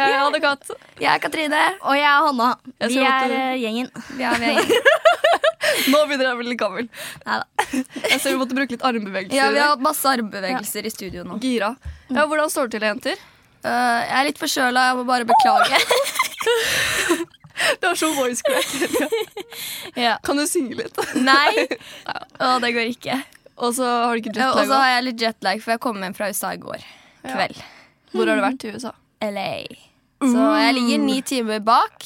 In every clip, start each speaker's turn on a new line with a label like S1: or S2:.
S1: fortsatt. Jeg er Katrine.
S2: Og jeg er Hanna.
S1: Jeg
S2: Vi
S1: ser at
S2: er
S1: du-
S2: eh, gjengen.
S1: Vi er med.
S3: Nå begynner jeg å bli litt gammel.
S2: Neida.
S3: Jeg ser vi måtte bruke litt armbevegelser.
S1: Ja,
S3: i
S1: vi har
S3: dag.
S1: hatt masse armbevegelser i studio nå.
S3: Gira. Ja, hvordan står det til, jenter?
S1: Øh, jeg er litt forkjøla, jeg må bare beklage.
S3: Du har sånn voice crack.
S1: Ja.
S3: Kan du synge litt?
S1: Nei. Å, det går ikke.
S3: Og så har du ikke
S1: Ja, Og så
S3: jetlag også.
S1: har jeg litt jetlag, for jeg kom hjem fra USA i går kveld.
S3: Hvor har du vært i USA? Uh.
S1: LA. Så jeg ligger ni timer bak.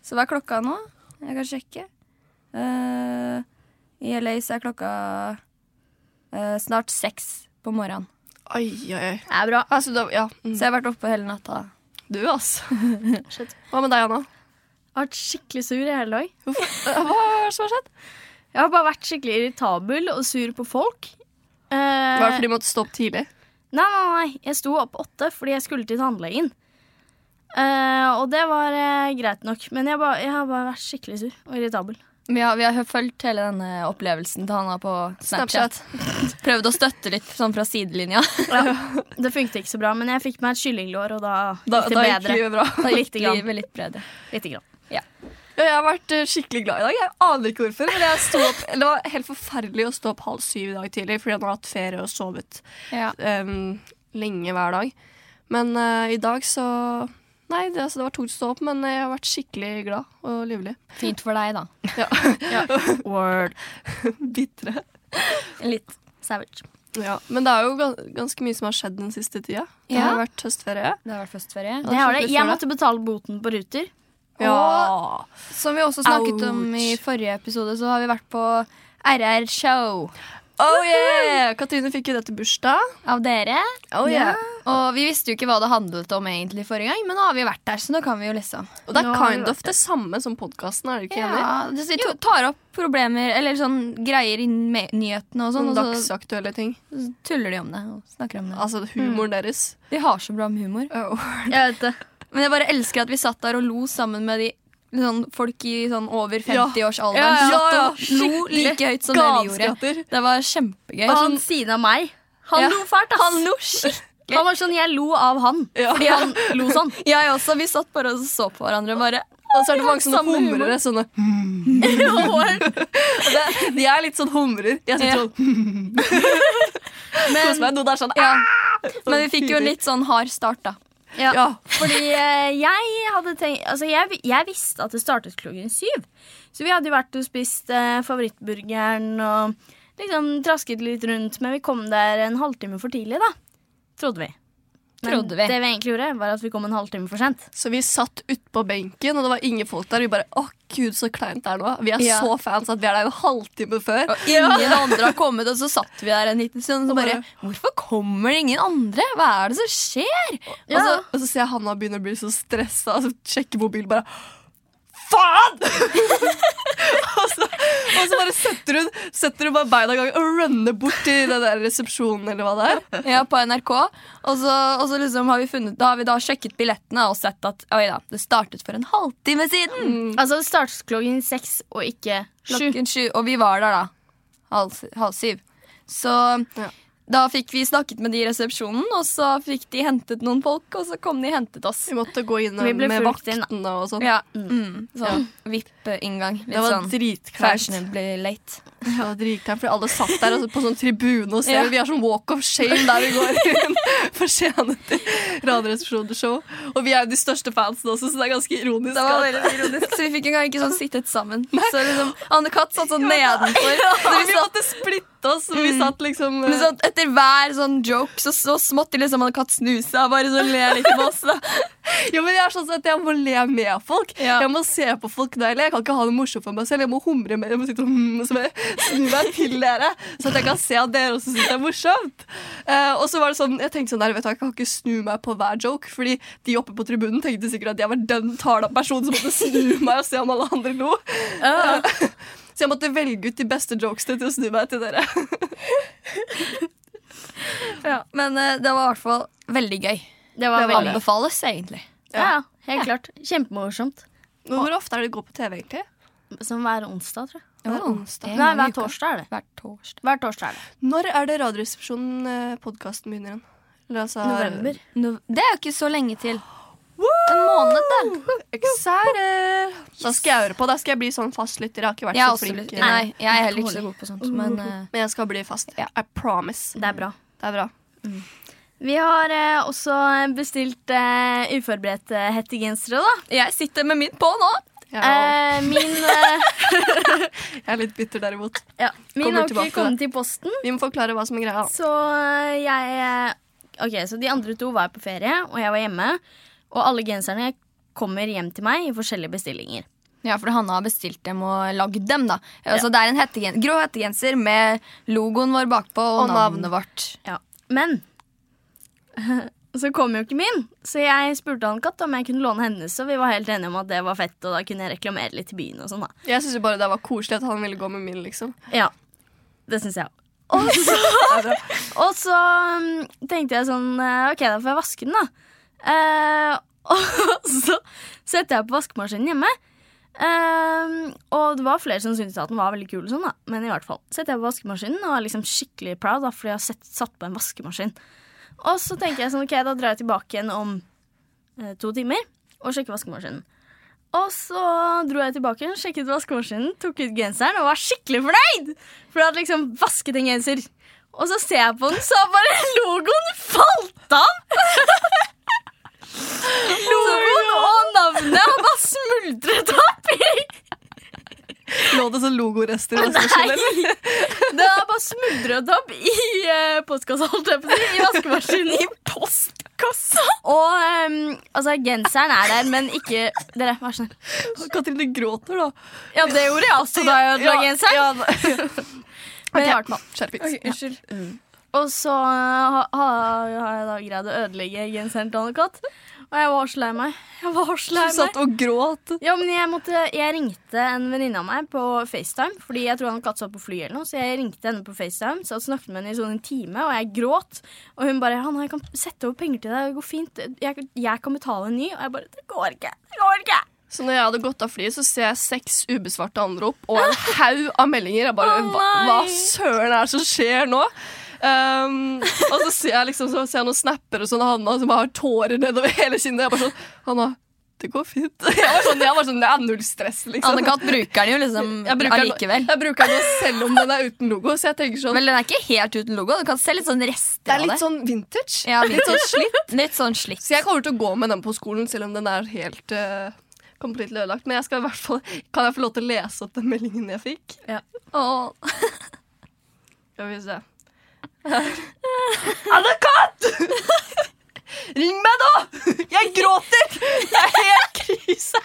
S1: Så hva er klokka nå? Jeg kan sjekke. Eh, I LA så er klokka eh, snart seks på morgenen.
S3: Oi, oi, oi.
S1: Det er bra.
S3: Altså, da, ja. mm.
S1: Så jeg har vært oppe hele natta.
S3: Du, altså. Hva med deg, Anna?
S2: Jeg har vært skikkelig sur i hele dag.
S3: Hvorfor? Eh, Hva er det som har skjedd?
S2: Jeg har bare vært skikkelig irritabel og sur på folk. Eh,
S3: Var det fordi du måtte stå opp tidlig?
S2: Nei, nei, nei. Jeg sto opp åtte fordi jeg skulle til tannlegen. Eh, og det var eh, greit nok, men jeg, ba, jeg har bare vært skikkelig sur og irritabel.
S1: Vi har, vi har fulgt hele denne opplevelsen til Hanna på Snapchat. Prøvd å støtte litt sånn fra sidelinja.
S2: Det funket ikke så bra, men jeg fikk meg et kyllinglår, og da,
S3: Da,
S2: gikk det
S3: da gikk
S2: bedre.
S3: livet bra.
S1: Da gikk
S2: Lite grann.
S1: livet litt bredere.
S2: Lite grann.
S3: Ja, jeg har vært eh, skikkelig glad i dag. Jeg aner ikke hvorfor. Men jeg sto opp, det var helt forferdelig å stå opp halv syv i dag tidlig fordi jeg har hatt ferie og sovet
S1: Ja.
S3: em, lenge hver dag. Men eh, i dag så Nei, det, altså, det var tungt å stå opp, men jeg har vært skikkelig glad og livlig.
S1: Fint for deg, da.
S2: Word.
S3: Bitre.
S1: Litt savage.
S3: Ja, men det er jo ga- ganske mye som har skjedd den siste tida. Det
S1: Ja.
S3: har vært høstferie.
S1: Det har vært høstferie.
S2: Det har det. Jeg måtte betale boten på Ruter.
S3: Ja.
S1: Som vi også snakket om
S3: Ouch.
S1: i forrige episode, så har vi vært på RR Show
S3: Oh yeah! Katrine fikk jo det til bursdag.
S1: av dere.
S3: Oh
S1: Ja. Og vi visste jo ikke hva det handlet om egentlig forrige gang, men nå har vi vært der, så nå kan vi jo liksom
S3: Og det
S2: Nå
S3: er
S2: har
S3: kind
S2: vi
S3: of det samme som podkasten, er du ikke enig?
S1: Ja, det- så vi to- tar opp problemer eller sånn greier i me- nyhetene og sånn, og
S3: Sånn
S1: så
S3: dagsaktuelle ting.
S1: tuller de om det og snakker om det.
S3: Altså humoren deres.
S1: De har så bra med humor.
S2: Jeg vet det.
S1: Men jeg bare elsker at vi satt der og lo sammen med de sånn, folk i sånn over 50-årsalderen.
S3: Ja, ja,
S1: Satt
S3: ja.
S1: og lo like høyt som det vi gjorde.
S3: Gavskratter.
S1: Det var kjempegøy. Sånn,
S2: Og han siden av meg, han
S1: Ja.
S2: lo fælt, ass.
S1: han lo skikkelig.
S2: Han var sånn, jeg lo av han,
S3: Ja.
S2: fordi han lo sånn.
S1: Jeg også. Vi satt bare og så på hverandre. Bare.
S3: Og så er det mange sånne
S1: Samme humor.
S3: humrere. Sånne. Det- De er litt sånn humrer. Jeg sitter
S1: Ja.
S3: sånn Kos
S1: Men,
S3: meg. Noen er sånn
S1: ja.
S3: sånn
S1: "Ah!" Men vi fikk jo en
S3: fyrer.
S1: litt sånn hard start, da.
S3: Ja.
S2: Fordi eh, jeg hadde tenkt Altså, jeg, vi- jeg visste at det startet klokken syv. Så vi hadde jo vært og spist eh, favorittburgeren og liksom trasket litt rundt, men vi kom der en halvtime for tidlig, da. Trodde vi. Men
S1: Trodde vi.
S2: det vi egentlig gjorde, var at vi kom en halvtime for sent.
S3: Så vi satt utpå benken, og det var ingen folk der. Vi bare Å, gud, så kleint det er nå. Vi er
S1: Ja.
S3: så fans at vi er der en halvtime før.
S1: Og ingen andre har kommet, og så satt vi der en liten stund og så bare Hvorfor kommer det ingen andre? Hva er det som skjer?
S3: Og så, og så ser jeg Hanna begynne å bli så stressa og så sjekker mobilen bare Faen! og, så, og så bare setter hun, setter hun bare beina i gang og runner bort til den der resepsjonen eller hva det er.
S1: Ja, på NRK. Og så, og så liksom har vi funnet Da har vi da sjekket billettene og sett at Oi da, det startet for en halvtime siden.
S3: Mm.
S2: Altså, det startet klokken seks og ikke sju.
S1: Klokken sju. Og vi var der da. Halv, halv syv. Så
S3: Ja.
S1: da fikk vi snakket med de i resepsjonen, og så fikk de hentet noen folk, og så kom de og hentet oss.
S3: Vi måtte gå inn
S2: Vi ble
S3: med
S2: fulgt inn, da.
S3: vaktene og sånn.
S1: Ja, mm, sånn VIP-inngang. Litt
S3: Det var
S1: sånn
S3: dritkleint.
S1: fashionably late.
S3: Det var dritkleint, fordi alle satt der og så på sånn tribune og ser.
S1: Ja.
S3: Vi har sånn walk of shame der vi går inn for sene til Radioresepsjonsshow. Og vi er jo de største fansene også, så det er ganske ironisk.
S1: Det var
S3: at-
S1: veldig ironisk. Så vi fikk engang ikke sånn sittet sammen. Så liksom, Anne-Kat satt sånn nedenfor. Så
S3: Men
S1: vi
S3: vi
S1: satt,
S3: måtte splitte oss, så vi satt liksom
S1: Mm. men sånn, etter hver sånn joke så, så smått liksom Anne-Kat snuse og bare sånn le litt med oss. Da.
S3: Ja, men jeg er sånn at jeg må le med folk.
S1: Ja.
S3: Jeg må se på folk når jeg ler. Jeg kan ikke ha det morsomt for meg selv. Jeg må humre mer. Jeg må sitte og hmm, så må jeg snu meg til dere, så at jeg kan se at dere også syns det er morsomt. Eh, og så var det sånn, jeg tenkte sånn der, vet du, hva, jeg kan ikke snu meg på hver joke, fordi de oppe på tribunen tenkte sikkert at jeg var den tala personen som måtte snu meg og se om alle andre lo. Eh, så jeg måtte velge ut de beste jokesene til å snu meg til dere.
S1: Men eh, det var i hvert fall veldig gøy.
S2: Det var
S1: Det
S2: veldig
S1: anbefales egentlig.
S2: Ja, ja, helt klart. Kjempemorsomt.
S3: Men Hvor ofte er det du går på TV, egentlig?
S2: Som hver onsdag, tror jeg.
S3: Det er onsdag.
S1: En
S2: Nei,
S1: gang i
S2: hver
S1: uka.
S2: torsdag er det.
S1: Hver torsdag.
S2: Hver torsdag er det.
S3: Når er det eh, Radioresepsjonen-podkasten begynner igjen? Eller altså-
S2: November.
S1: No, det er jo ikke så lenge til. en måned, da.
S3: Excited! Da skal jeg høre på. Da skal jeg bli sånn fast lytter. Jeg har ikke vært
S1: Jeg er,
S3: så
S1: også,
S3: flink.
S1: litt- nei, jeg er heller ikke så
S2: Alkoholiker.
S1: god på sånt, men eh,
S3: Men jeg skal bli fast.
S1: Ja.
S3: I promise.
S2: Det er bra.
S3: Det er bra.
S2: Vi har eh, også bestilt eh, uforberedte hettegensere, da.
S1: jeg sitter med mitt på nå.
S3: Jeg,
S2: Eh, min eh,
S3: jeg er litt bitter derimot.
S2: ja, min
S3: Kommer
S2: har
S3: tilbake
S2: ikke
S3: til
S2: kommet i posten,
S3: Vi må forklare hva som er greia.
S2: så eh, jeg eh, Ok, så de andre to var på ferie, og jeg var hjemme. Og alle genserne kommer hjem til meg i forskjellige bestillinger.
S1: Ja, for Hanna har bestilt dem og lagd dem. da altså, Det er en hettegen grå hettegenser med logoen vår bakpå og,
S3: Og navn.
S1: navnet vårt.
S2: Ja. Men så kom jo ikke min, så jeg spurte han katt om jeg kunne låne hennes, og vi var helt enige om at det var fett, og da kunne jeg reklamere litt i byen og sånn, da.
S3: Jeg syns bare det var koselig at han ville gå med min, liksom.
S2: Ja, det syns jeg òg. Og så, Altså, og så um, tenkte jeg sånn eh, OK, da får jeg vaske den, da. Eh, og så setter jeg på vaskemaskinen hjemme. Eh, og det var flere som syntes at den var veldig kul, og sånn da men i hvert fall setter jeg på vaskemaskinen og er liksom skikkelig proud da, fordi jeg har sett, satt på en vaskemaskin. Og så tenker jeg sånn OK, da drar jeg tilbake igjen om eh, to timer og sjekker vaskemaskinen. Og så dro jeg tilbake, sjekket vaskemaskinen, tok ut genseren og var skikkelig fornøyd! For jeg hadde liksom vasket en genser. Og så ser jeg på den, så har bare logoen falt av! Logoen og navnet har bare smuldret opp i
S3: Lå det sånn logorester i vaskemaskin, eller?
S2: Nei! Det har bare smuldret opp i eh, postkassa, holdt jeg på å si. I vaskemaskinen. I postkassa! Og eh, altså, genseren er der, men ikke Dere, vær så snill.
S3: Katrine gråter, da.
S2: Ja, det gjorde jeg også da jeg ødela genseren.
S3: Ja,
S2: Men
S3: ja.
S2: i
S3: Ok, Mm.
S2: hvert fall.
S3: Skjerpings.
S2: Unnskyld. Og så eh, ha- ha- har jeg da greid å ødelegge genseren til Anne-Kat. Og jeg var så lei meg. Jeg var så lei
S3: Du
S2: meg.
S3: satt og gråt.
S2: Ja, men jeg, måtte, jeg ringte en venninne av meg på FaceTime, fordi jeg tror han katt satt på fly eller noe, så jeg ringte henne på FaceTime, så jeg snakket med henne i sånn en time, og jeg gråt, og hun bare, han, jeg kan sette over penger til deg, det går fint, jeg, jeg kan betale en ny, og jeg bare, det går ikke, det går ikke.
S3: Så når jeg hadde gått av flyet, så ser jeg seks ubesvarte anrop og en haug av meldinger. Jeg bare,
S2: Å,
S3: hva,
S2: nei.
S3: hva søren er det som skjer nå? Um, og så ser jeg liksom så ser jeg noen snapper og sånn av Hanna som bare har tårer nedover hele kinnet. Jeg bare sånn, Hanna, det går fint. Jeg var sånn, jeg var sånn det er null stress, liksom.
S1: Anne-Kat. bruker den jo liksom
S3: jeg bruker, den,
S1: allikevel.
S3: jeg bruker den selv om den er uten logo, så jeg tenker sånn
S1: Vel, den er ikke helt uten logo. Du kan se litt sånn rester
S3: Det er
S1: av
S3: litt
S1: det.
S3: sånn vintage.
S1: Ja,
S3: Litt sånn slitt.
S1: Litt sånn slitt.
S3: Så jeg kommer til å gå med den på skolen, selv om den er helt eh, Completely ødelagt, men jeg skal i hvert fall Kan jeg få lov til å lese opp den meldingen jeg fikk?
S2: Ja.
S3: Åh. Skal vi se Anne-Kat! Ring meg nå! Jeg gråter! Det er helt krise.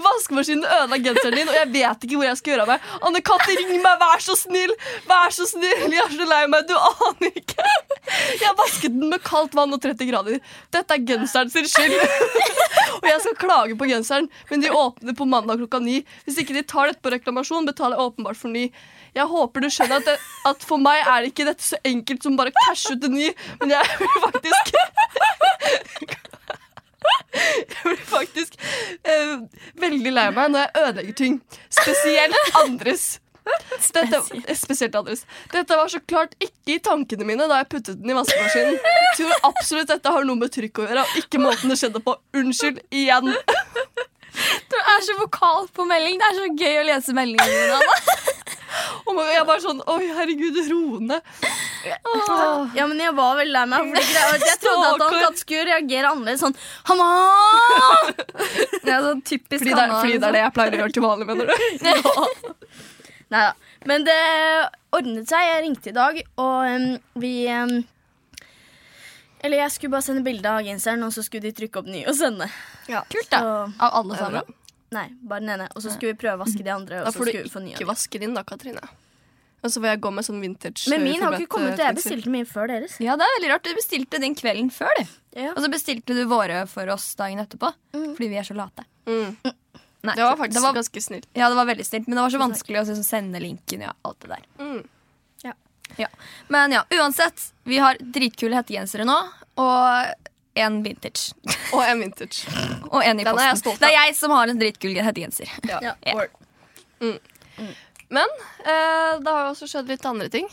S3: Vaskemaskinen ødela genseren din, og jeg vet ikke hvor jeg skal gjøre av meg. Anne-Kat, ring meg! Vær så snill! Vær så snill! Jeg er så lei meg. Du aner ikke. Jeg vasket den med kaldt vann og 30 grader. Dette er genseren sin skyld. Og jeg skal klage på genseren, men de åpner på mandag klokka ni. Hvis ikke de tar dette på reklamasjon, betaler jeg åpenbart for ny. Jeg håper du skjønner at, det, at for meg er det ikke dette så enkelt som bare cash ut en ny, men jeg blir faktisk Jeg blir faktisk eh, veldig lei meg når jeg ødelegger ting. Spesielt andres. Dette, spesielt andres. Dette var så klart ikke i tankene mine da jeg puttet den i vaskemaskinen. Tror absolutt dette har noe med trykk å gjøre, og ikke måten det skjedde på. Unnskyld igjen.
S1: Du er så vokal på melding. Det er så gøy å lese meldingene dine. Anna.
S3: Og man- jeg bare sånn Oi, herregud, ro ned. Åh.
S2: Ja, men jeg var veldig lei meg. For det greia var at jeg trodde at han
S3: Stakkar.
S2: katt skulle reagere annerledes. Sånn Hanna!
S1: Det er sånn typisk
S3: Fordi det, er-
S1: Hanna,
S3: fordi det er det jeg pleier å gjøre til vanlig, mener du?
S2: Neida. Men det ordnet seg. Jeg ringte i dag, og em, vi em, Eller jeg skulle bare sende bilde av genseren, og så skulle de trykke opp ny og sende.
S3: Ja.
S1: liksom. Kult, da.
S2: Så,
S1: Av alle
S3: Det er bra.
S1: sammen.
S2: nei, bare den ene. Og så skulle vi prøve å vaske de andre.
S3: Da
S2: Og så
S3: får du
S2: skulle vi få nye.
S3: ikke vaske din, da, Katrine. Og så får jeg gå med sånn vintage
S2: Men min har
S3: forberedt,
S2: ikke kommet. og
S3: eh,
S2: Jeg bestilte min før deres.
S1: Ja, det er veldig rart. Du bestilte den kvelden før, du.
S2: Ja.
S1: Og så bestilte du våre for oss dagen etterpå. Fordi vi er så late.
S3: Mm.
S1: Nei,
S3: Det var faktisk
S1: det var,
S3: ganske snilt.
S1: ja, det var veldig snilt, men det var så vanskelig å liksom sende linken. Ja, alt det der.
S3: Mm.
S1: Ja. Men ja, uansett. Vi har dritkule hettegensere nå, og en vintage.
S3: Og en vintage.
S1: Og en i
S3: Den er jeg
S1: posten.
S3: stolt av.
S1: Det er jeg som har en dritkul hettegenser.
S2: Ja.
S1: Ja.
S2: Word.
S3: Men eh, det har jo også skjedd litt andre ting.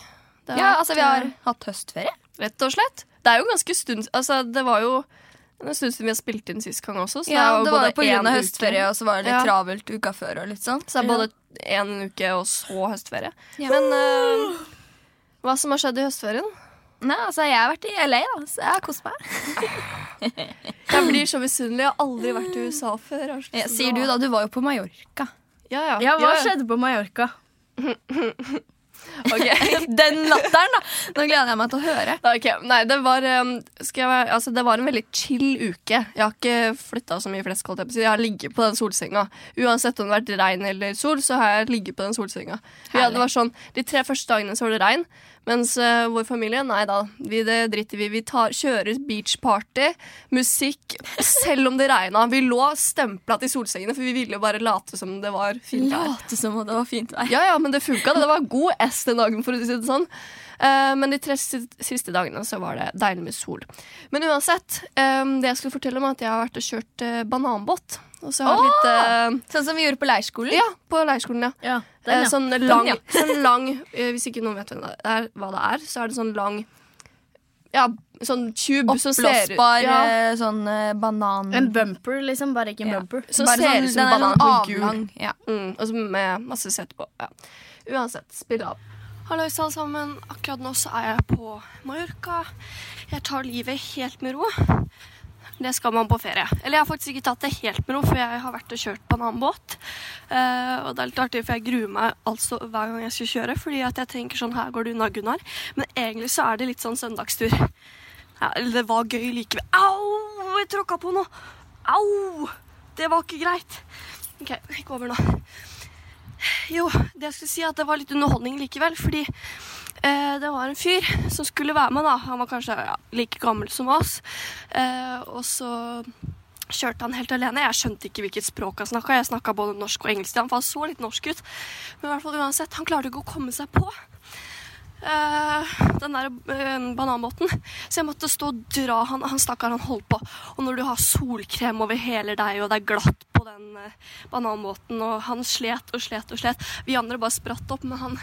S3: Det har
S1: Ja,
S3: vært,
S1: altså, vi
S3: eh,
S1: har hatt høstferie.
S3: Rett og slett. Det er jo ganske stund Altså, det var jo Det er en stund siden vi har spilt inn sist gang også. Så
S1: Ja, det var
S3: det er jo
S1: jo
S3: både
S1: på grunn av
S3: en
S1: høstferie,
S3: uke-
S1: og så var det litt
S3: Ja.
S1: travelt uka før og litt sånn.
S3: Så det er både én uke og så høstferie.
S1: Ja.
S3: Men eh, hva som har skjedd i høstferien?
S1: Nei, altså, jeg har vært i LA, da, så jeg har kost meg.
S3: Jeg blir så misunnelig. Jeg har aldri vært i USA før. Jeg har så lyst til å
S1: Eh, sier du,
S3: dra.
S1: da. Du var jo på Mallorca.
S3: Ja, ja.
S2: Ja, hva
S3: ja, ja.
S2: skjedde på Mallorca?
S3: Ok.
S1: Den latteren, da! Nå gleder jeg meg til å høre.
S3: Da, ok. Nei, det var, um, skal jeg, være- altså, det var en veldig chill uke. Jeg har ikke flytta så mye flesk. holdt Jeg på å si. Jeg har ligget på den solsenga. Uansett om det har vært regn eller sol, så har jeg ligget på den solsenga. Vi hadde, det var sånn, de tre første dagene så var det regn, mens eh, vår familie Nei da, vi, det driter vi i. Vi tar, kjører beachparty, musikk, selv om det regna. Vi lå stempla til solsengene, for vi ville jo bare late som det var fint vær.
S1: Late som om det var fint vær.
S3: Ja, ja, men det funka. Det Det var god S den dagen, for å si det sånn. Eh, men de tre si- siste dagene så var det deilig med sol. Men uansett, eh, det jeg skulle fortelle om er at jeg har vært og kjørt eh, bananbåt. Og så har jeg litt eh,
S1: Sånn som vi gjorde på leirskolen.
S3: Ja, på leirskolen, ja.
S2: Ja,
S3: Eh,
S2: den, ja.
S3: Sånn lang,
S1: ja.
S3: sånn lang eh, Hvis ikke noen vet hvem det er, hva det er, så er det sånn lang Ja, sånn tube som ser ut
S1: Oppblåsbar
S3: ja,
S1: eh, sånn eh, banan...
S2: En bumper, liksom, bare ikke en
S1: Ja.
S2: bumper.
S3: Som
S1: Bare
S3: ser
S1: sånn-
S3: ut som
S1: den er sånn
S3: banan på gul.
S1: avlang, Ja.
S3: Mm, og så med masse sett på. Ja. Uansett, spill av. Hallois, alle sammen. Akkurat nå så er jeg på Mallorca. Jeg tar livet helt med ro. Det skal man på ferie. Eller jeg har faktisk ikke tatt det helt med ro, for jeg har vært og kjørt bananbåt. Eh, og det er litt artig, for jeg gruer meg altså hver gang jeg skal kjøre, fordi at jeg tenker sånn her går det unna, Gunnar. Men egentlig så er det litt sånn søndagstur. Ja, eller det var gøy likevel. Au! Jeg tråkka på noe. Au! Det var ikke greit. OK, ikke over nå. Jo, det jeg skulle si er at det var litt underholdning likevel, fordi eh, det var en fyr som skulle være med, da. Han var kanskje ja, like gammel som oss. Eh, og så kjørte han helt alene. Jeg skjønte ikke hvilket språk han snakka. Jeg snakka både norsk og engelsk til han, for han så litt norsk ut. Men i hvert fall uansett, han klarte ikke å komme seg på. eh, den der eh, bananbåten. Så jeg måtte stå og dra han. Han stakkar, han holdt på. Og når du har solkrem over hele deg, og det er glatt på den eh, bananbåten, og han slet og slet og slet. Vi andre bare spratt opp, men han,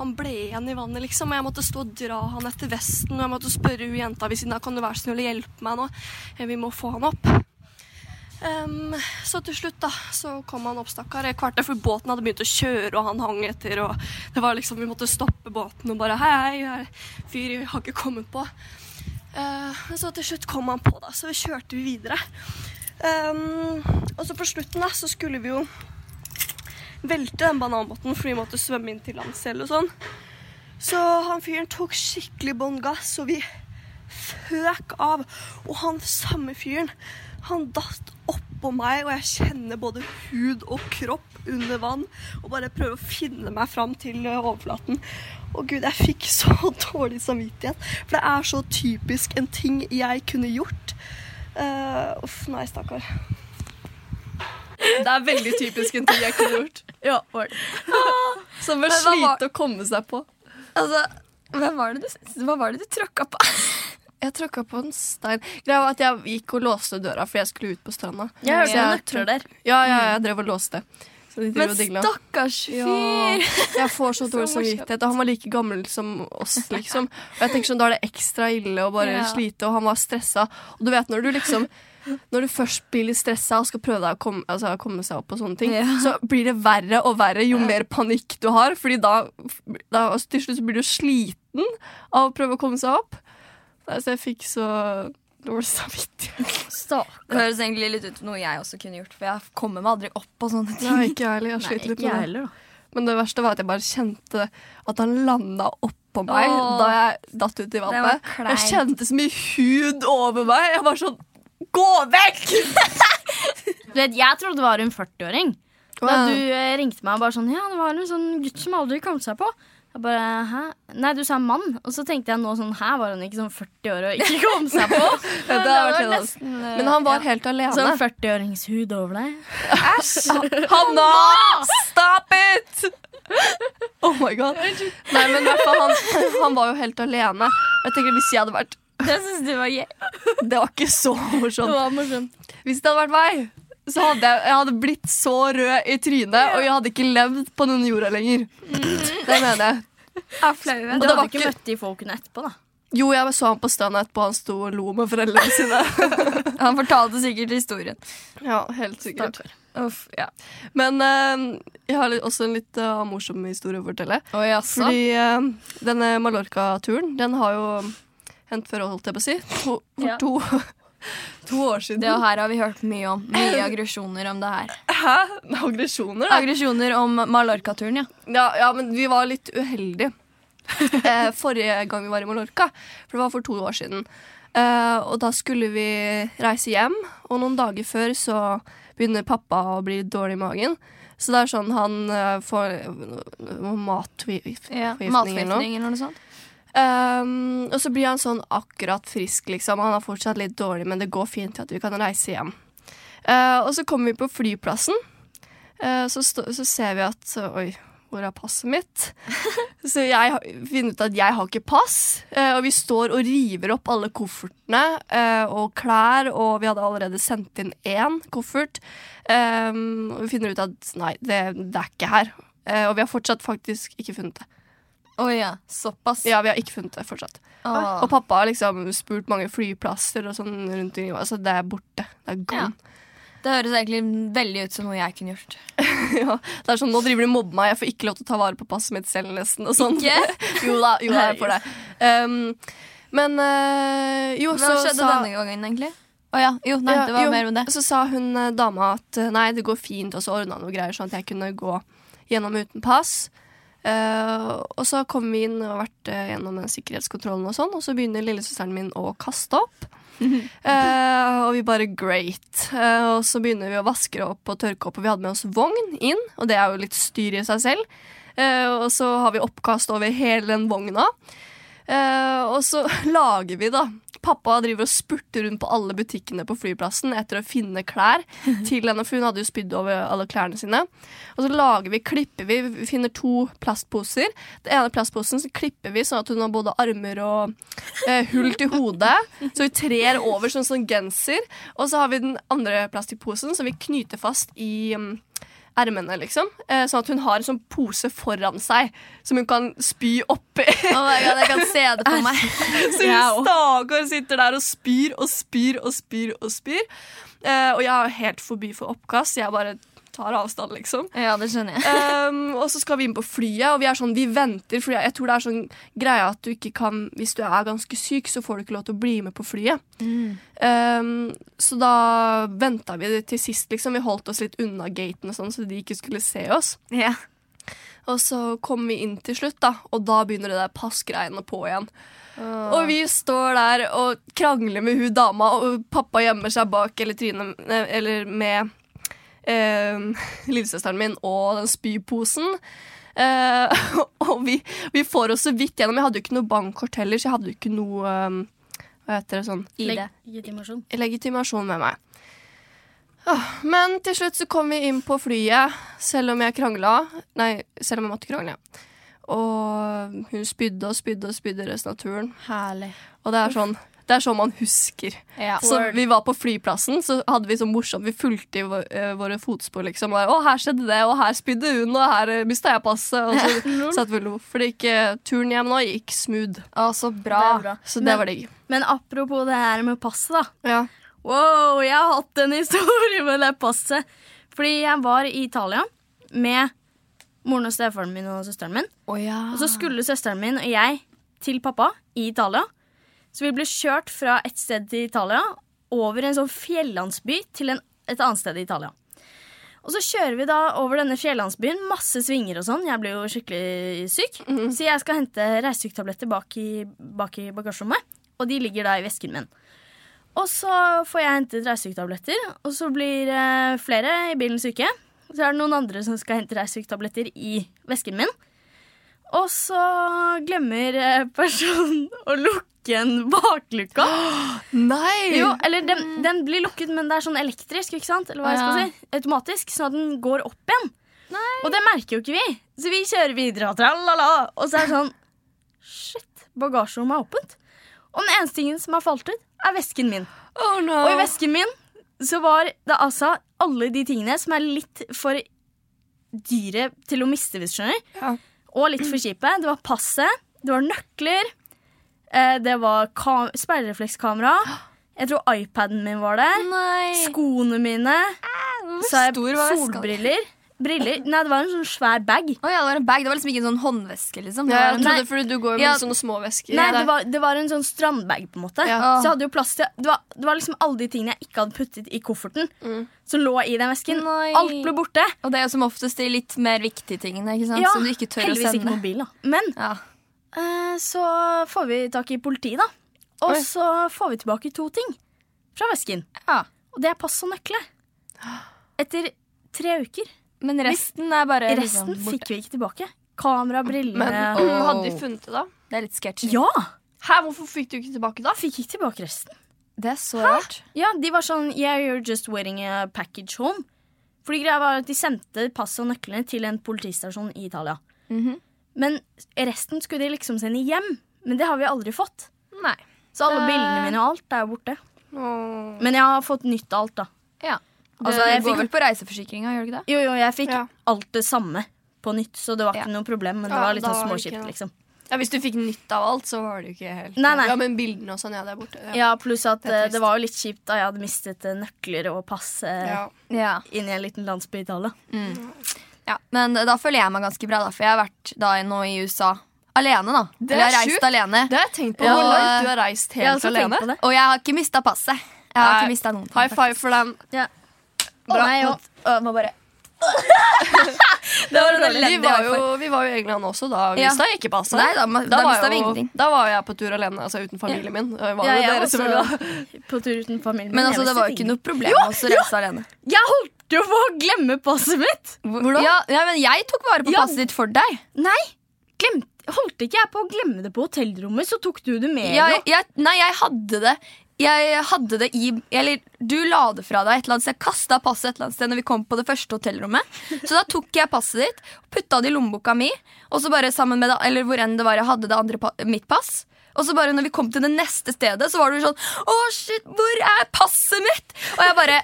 S3: han ble igjen i vannet, liksom. Og jeg måtte stå og dra han etter vesten, og jeg måtte spørre hun jenta ved siden av kan du være så snill å hjelpe meg nå, Eh, vi må få han opp. Ehm, så til slutt da, så kom han opp, stakkar. Et kvarter før båten hadde begynt å kjøre, og han hang etter. Og det var liksom, Vi måtte stoppe båten og bare Hei, hei, jeg er en fyr vi har ikke kommet på. Eh, Men så til slutt kom han på, da, så vi kjørte vi videre. Ehm, og så på slutten da, så skulle vi jo velte den bananbåten fordi vi måtte svømme inn til land selv og sånn. Så han fyren tok skikkelig bånn gass, og vi føk av. Og han samme fyren, han datt oppå meg, og jeg kjenner både hud og kropp under vann. Og bare prøver å finne meg fram til eh, overflaten. Og gud, jeg fikk så dårlig samvittighet. For det er så typisk en ting jeg kunne gjort. Eh, uff, nei, stakkar. Det er veldig typisk en ting jeg kunne gjort.
S2: Ja, var det.
S3: Som
S1: Men hva var-
S3: å komme seg på.
S1: Altså, hva var det du, hva var det du tråkka på?
S3: Jeg tråkka på en stein. Greia var at jeg gikk og låste døra fordi jeg skulle ut på stranda.
S2: Jeg
S3: Så
S2: hørte noen
S3: jeg
S2: nøkler der.
S3: Ja, ja, jeg drev og låste. Så de
S1: Men
S3: driver og dingla.
S1: stakkars
S3: Ja.
S1: fyr!
S3: Jeg får så dårlig
S1: Så morsomt.
S3: samvittighet. Og han var like gammel som oss, liksom. Og jeg tenker sånn, Da er det ekstra ille å bare
S1: Ja.
S3: slite, og han var stressa. Og du vet når du liksom Når du først blir litt stressa og skal prøve deg å komme, altså, komme seg opp, og sånne ting,
S1: Ja.
S3: så blir det verre og verre jo mer panikk du har. Fordi da, da altså, Til slutt så blir du sliten av å prøve å komme seg opp. Nei, Så jeg fikk så dårlig samvittighet.
S1: Det høres egentlig litt ut som noe jeg også kunne gjort, for jeg kommer meg aldri opp på sånne ting.
S3: Nei, ikke jeg heller. Jeg har slitt litt med det.
S2: heller, da.
S3: Men det verste var at jeg bare kjente at han landa oppå meg
S1: Åh.
S3: da jeg datt ut i
S1: var
S3: vannet.
S1: kleint.
S3: Jeg kjente så mye hud over meg. Jeg var sånn Gå vekk!
S2: Du vet, jeg trodde det var en 40-åring. Da
S3: Ja.
S2: du eh, ringte meg og bare sånn Ja, det var en sånn gutt som aldri kom seg på. Jeg bare, hæ? Nei, du sa mann. Og så tenkte jeg nå sånn Hæ, var han ikke sånn 40 år og ikke kom seg på?
S3: Ja, det har vært helt annerledes. Men han var helt
S2: eh,
S3: alene.
S2: Sånn 40-åringshud over deg.
S3: Hanna! Stop it! Oh my god. Nei, men i hvert fall, han, han var jo helt alene. Og Jeg tenker Hvis jeg hadde vært
S2: Det syns du var gøy.
S3: Det var ikke så morsomt.
S2: Det var morsomt.
S3: Hvis det hadde vært meg, så hadde jeg, jeg hadde blitt så rød i trynet, og jeg hadde ikke levd på Mm. denne jorda lenger. Det mener jeg.
S1: er flau.
S2: Og
S3: det
S2: du
S3: var
S2: hadde ikke
S3: ikke-
S2: møtt de folkene etterpå, da.
S3: Jo, jeg så han på stranda etterpå. Han sto og lo med foreldrene sine.
S1: Han fortalte sikkert historien.
S3: ja, helt sikkert.
S2: Stakkar.
S1: Uff, ja.
S3: Men eh, jeg har litt- også en litt eh, morsom historie å fortelle.
S1: Å, jaså?
S3: Fordi eh, denne Mallorca-turen, den har jo hendt før, holdt jeg på å si. To, for
S2: Ja.
S3: to, to år siden.
S1: Det her har vi hørt mye om. Mye aggresjoner om det her.
S3: Hæ? Aggresjoner, da?
S1: Aggresjoner om Mallorca-turen, ja.
S3: Ja, ja, men vi var litt uheldige eh, forrige gang vi var i Mallorca. For det var for to år siden. Eh, og da skulle vi reise hjem, og noen dager før så begynner pappa å bli dårlig i magen. Så det er sånn han eh, får eh, matforgiftning eller noe.
S1: Matforgiftning eller noe sånt.
S3: Ehm, og så blir han sånn akkurat frisk, liksom. Han er fortsatt litt dårlig, men det går fint til at vi kan reise hjem. Eh, og så kommer vi på flyplassen. Eh, så, stå, så ser vi at Oi, hvor er passet mitt? så jeg har- finner ut at jeg har ikke pass. eh, og vi står og river opp alle koffertene eh, og klær, og vi hadde allerede sendt inn én koffert. Ehm, og vi finner ut at nei, det, det er ikke her. Eh, og vi har fortsatt faktisk ikke funnet det.
S1: Å ja, såpass.
S3: Ja, vi har ikke funnet det fortsatt.
S1: Å.
S3: Og pappa har liksom spurt mange flyplasser og sånn rundt i Altså, det er borte. Det er gone.
S1: Det høres egentlig veldig ut som noe jeg kunne gjort.
S3: Ja. Det er sånn, nå driver de og mobber meg, jeg får ikke lov til å ta vare på passet mitt selv, nesten. Og sånn.
S1: Ikke?
S3: jo da, jo da, jeg får det. Um, men eh, jo,
S1: Hva
S3: så
S1: skjedde
S3: sa
S1: denne gangen, egentlig? Å ja, jo, nei,
S3: Ja,
S1: det var
S3: jo,
S1: mer om det.
S3: Så sa hun eh, dama at eh, nei, det går fint, og så ordna noe greier sånn at jeg kunne gå gjennom uten pass. Eh, og så kom vi inn og har vært eh, gjennom den sikkerhetskontrollen, og sånn Og så begynner lillesøsteren min å kaste opp. Eh, og vi bare great. Eh, og så begynner vi å vaske det opp og tørke opp, og vi hadde med oss vogn inn, og det er jo litt styr i seg selv. Eh, og så har vi oppkast over hele den vogna. Eh, og så lager vi, da. Pappa driver og spurter rundt på alle butikkene på flyplassen etter å finne klær til henne, for hun hadde jo spydd over alle klærne sine. Og så lager vi, klipper vi, vi finner to plastposer. Den ene plastposen så klipper vi sånn at hun har både armer og eh, hull til hodet. Så vi trer over som sånn genser. Og så har vi den andre plastikkposen som vi knyter fast i mm, ermene, liksom. Eh, sånn at hun har en sånn pose foran seg som hun kan spy oppi.
S1: Å my god, jeg kan se det på meg.
S3: Så hun stakkar sitter der og spyr og spyr og spyr og spyr. Eh, og jeg har helt forbi for oppkast. Jeg bare tar avstand, liksom.
S1: Ja, det skjønner jeg.
S3: Ehm, og så skal vi inn på flyet, og vi er sånn, vi venter. For jeg, jeg tror det er sånn greia at du ikke kan Hvis du er ganske syk, så får du ikke lov til å bli med på flyet.
S1: Mm.
S3: Ehm, så da venta vi til sist, liksom. Vi holdt oss litt unna gaten, og sånn, så de ikke skulle se oss.
S1: Ja.
S3: Og så kom vi inn til slutt, da, og da begynner det der passgreiene på igjen. Og vi står der og krangler med hun dama, og pappa gjemmer seg bak eller Trine eh, Eller med eh, lillesøsteren min og den spyposen. Eh, og vi, vi får oss så vidt gjennom. Jeg hadde jo ikke noe bankkort heller, så jeg hadde jo ikke noe eh, Hva heter det sånn
S1: I det.
S2: Legitimasjon.
S3: legitimasjon med meg. Åh, Men til slutt så kom vi inn på flyet, selv om jeg krangla. Nei, selv om jeg måtte krangle. Og hun spydde og spydde og spydde resten av turen.
S1: Herlig.
S3: Og det er sånn, det er sånn man husker.
S1: Ja.
S3: Så vi var på flyplassen, så hadde vi så morsomt, vi fulgte i vå- eh, våre fotspor, liksom. Og, å, her skjedde det, og her spydde hun, og her mista jeg passet. Og så satt vi og lo. For det gikk, eh, turen hjem nå gikk smooth.
S1: Å, så bra.
S2: Det er bra.
S3: Så det
S2: Men-
S3: var digg.
S2: Men apropos det her med passet, da.
S3: Ja.
S2: Wow, jeg har hatt en historie med det passet. Fordi jeg var i Italia med moren og stefaren min og søsteren min.
S1: Å ja.
S2: Og så skulle søsteren min og jeg til pappa i Italia. Så vi ble kjørt fra et sted i Italia over en sånn fjellandsby til en, et annet sted i Italia. Og så kjører vi da over denne fjellandsbyen, masse svinger og sånn. Jeg ble jo skikkelig syk. Så jeg skal hente reisesyketabletter bak i, bak i bagasjerommet, og de ligger da i vesken min. Og så får jeg hentet reisesyketabletter, og så blir eh, flere i bilen syke. Så er det noen andre som skal hente reisesyketabletter i vesken min. Og så glemmer eh, personen å lukke en bakluka.
S3: Nei!
S2: Jo, eller den, den blir lukket, men det er sånn elektrisk, ikke sant? Eller hva jeg
S1: Ja.
S2: skal si. Automatisk, sånn at den går opp igjen. Og det merker jo ikke vi. Så vi kjører videre og tralala. Og så er det sånn Shit, bagasjerommet er åpent. Og den eneste tingen som har falt ut, er vesken min.
S3: Oh, no.
S2: Og i vesken min så var det altså alle de tingene som er litt for dyre til å miste, hvis du skjønner.
S3: Ja.
S2: Og litt for kjipe. Det var passet, det var nøkler, Eh, det var ka- speilreflekskamera. Jeg tror iPaden min var der.
S1: Nei.
S2: Skoene mine. Så har jeg
S3: stor var veska?
S2: solbriller. Briller. Nei, det var en sånn svær bag.
S1: Å ja, det var en bag. Det var liksom ikke en sånn håndveske, liksom. Det
S3: Ja,
S1: var
S3: jeg
S1: en,
S3: trodde fordi du går med
S1: Ja.
S3: sånne små vesker.
S2: Nei, det var, det var en sånn strandbag, på en måte.
S3: Ja.
S2: Så jeg hadde jo plass til det var, det var liksom alle de tingene jeg ikke hadde puttet i kofferten,
S3: Mm.
S2: som lå i den vesken.
S1: Nei.
S2: Alt ble borte.
S1: og det er jo som oftest de litt mer viktige tingene ikke sant?
S2: Ja,
S1: som du ikke tør å
S2: heldigvis ikke
S1: sende.
S2: mobil, da. Men
S1: Ja.
S2: eh, så får vi tak i politiet, da. Og
S3: Oi.
S2: så får vi tilbake to ting fra vesken.
S1: ja.
S2: Og det er pass og nøkle. Etter tre uker.
S1: Men resten er bare
S2: Resten
S1: liksom, borte.
S2: fikk vi ikke tilbake. Kamera, brillene
S1: Åh.
S3: Men Mm, hadde de funnet det, da?
S1: Det er litt sketchy.
S2: Ja!
S3: Hæ, hvorfor fikk du ikke tilbake, da?
S2: Fikk ikke tilbake resten.
S1: Det er så rart.
S2: Ja, de var sånn Yeah, you're just waiting a package home. Fordi greia var at De sendte pass og nøklene til en politistasjon i Italia.
S1: Mhm.
S2: Men resten skulle de liksom sende hjem. Men det har vi aldri fått.
S1: Nei.
S2: Så alle
S1: Det-
S2: bildene mine og alt er borte.
S3: Åh.
S2: Men jeg har fått nytt av alt, da.
S1: Ja. Det
S2: Altså, jeg
S1: går
S2: fikk-
S1: vel på reiseforsikringa, gjør det ikke det?
S2: Jo, jo, jeg fikk
S3: Ja.
S2: alt det samme på nytt, så det var ikke
S1: Ja.
S2: noe problem. Men det
S3: Ja,
S2: var litt
S3: da
S2: sånn
S3: var det ikke
S2: småkjipt,
S3: noe.
S2: liksom.
S3: Ja, Hvis du fikk nytt av alt, så var det jo ikke helt
S2: Nei, nei.
S3: Ja, Men bildene og sånn, ja, det er borte. Ja.
S2: Ja, pluss at
S3: Det er
S2: eh,
S3: trist.
S2: det var jo litt kjipt da jeg hadde mistet eh, nøkler og pass eh,
S3: Ja.
S1: Ja.
S2: inn i en liten landsby i Italia.
S1: Ja, men da føler jeg meg ganske bra, da, for jeg har vært da nå i USA alene. da
S3: Det er
S1: Eller jeg har reist
S3: sjukt.
S1: alene.
S3: Det har jeg tenkt på.
S1: Ja.
S3: Hvor langt du har reist
S2: Jeg har
S3: helt
S2: også tenkt
S3: alene.
S2: på det.
S1: Og jeg har ikke mista passet. Jeg har
S3: Nei.
S1: ikke mistet noen ting,
S3: High five for den.
S2: Ja.
S3: Bra.
S2: Nei,
S3: Nå-
S2: og, og, må bare
S1: Det var en
S3: vi,
S1: elendig
S3: var jo,
S1: high five.
S3: vi var jo i England også da. Vi
S1: Ja.
S3: mista ikke passet.
S1: Nei, da- da
S3: var
S1: mistet vi
S3: jo-
S1: ingenting.
S3: Da var jo jeg på tur alene, altså uten familien min. Det
S2: Ja,
S3: Var jo
S2: jeg
S3: dere
S2: var også-
S3: selvfølgelig da.
S2: på tur uten familien min.
S1: Men altså,
S2: Jeg
S1: det
S2: visste
S1: var jo ikke
S2: ting.
S1: noe problem å også reise alene.
S2: Jeg holdt jo på å glemme passet mitt!
S1: Hvordan? Ja, ja, men jeg tok vare på
S2: Ja.
S1: passet ditt for deg.
S2: Nei, glemte, Holdt ikke jeg på å glemme det på hotellrommet, så tok du det med?
S1: Jeg,
S2: nå.
S1: jeg, nei, jeg hadde det Jeg hadde det i Eller du la det fra deg et eller annet sted. Jeg kasta passet et eller annet sted når vi kom på det første hotellrommet. Så da tok jeg passet ditt, putta det i lommeboka mi, og så bare sammen med det Eller hvor enn det var jeg hadde det andre pa mitt pass. Og så bare når vi kom til det neste stedet, så var du sånn Å, shit, hvor er passet mitt? Og jeg bare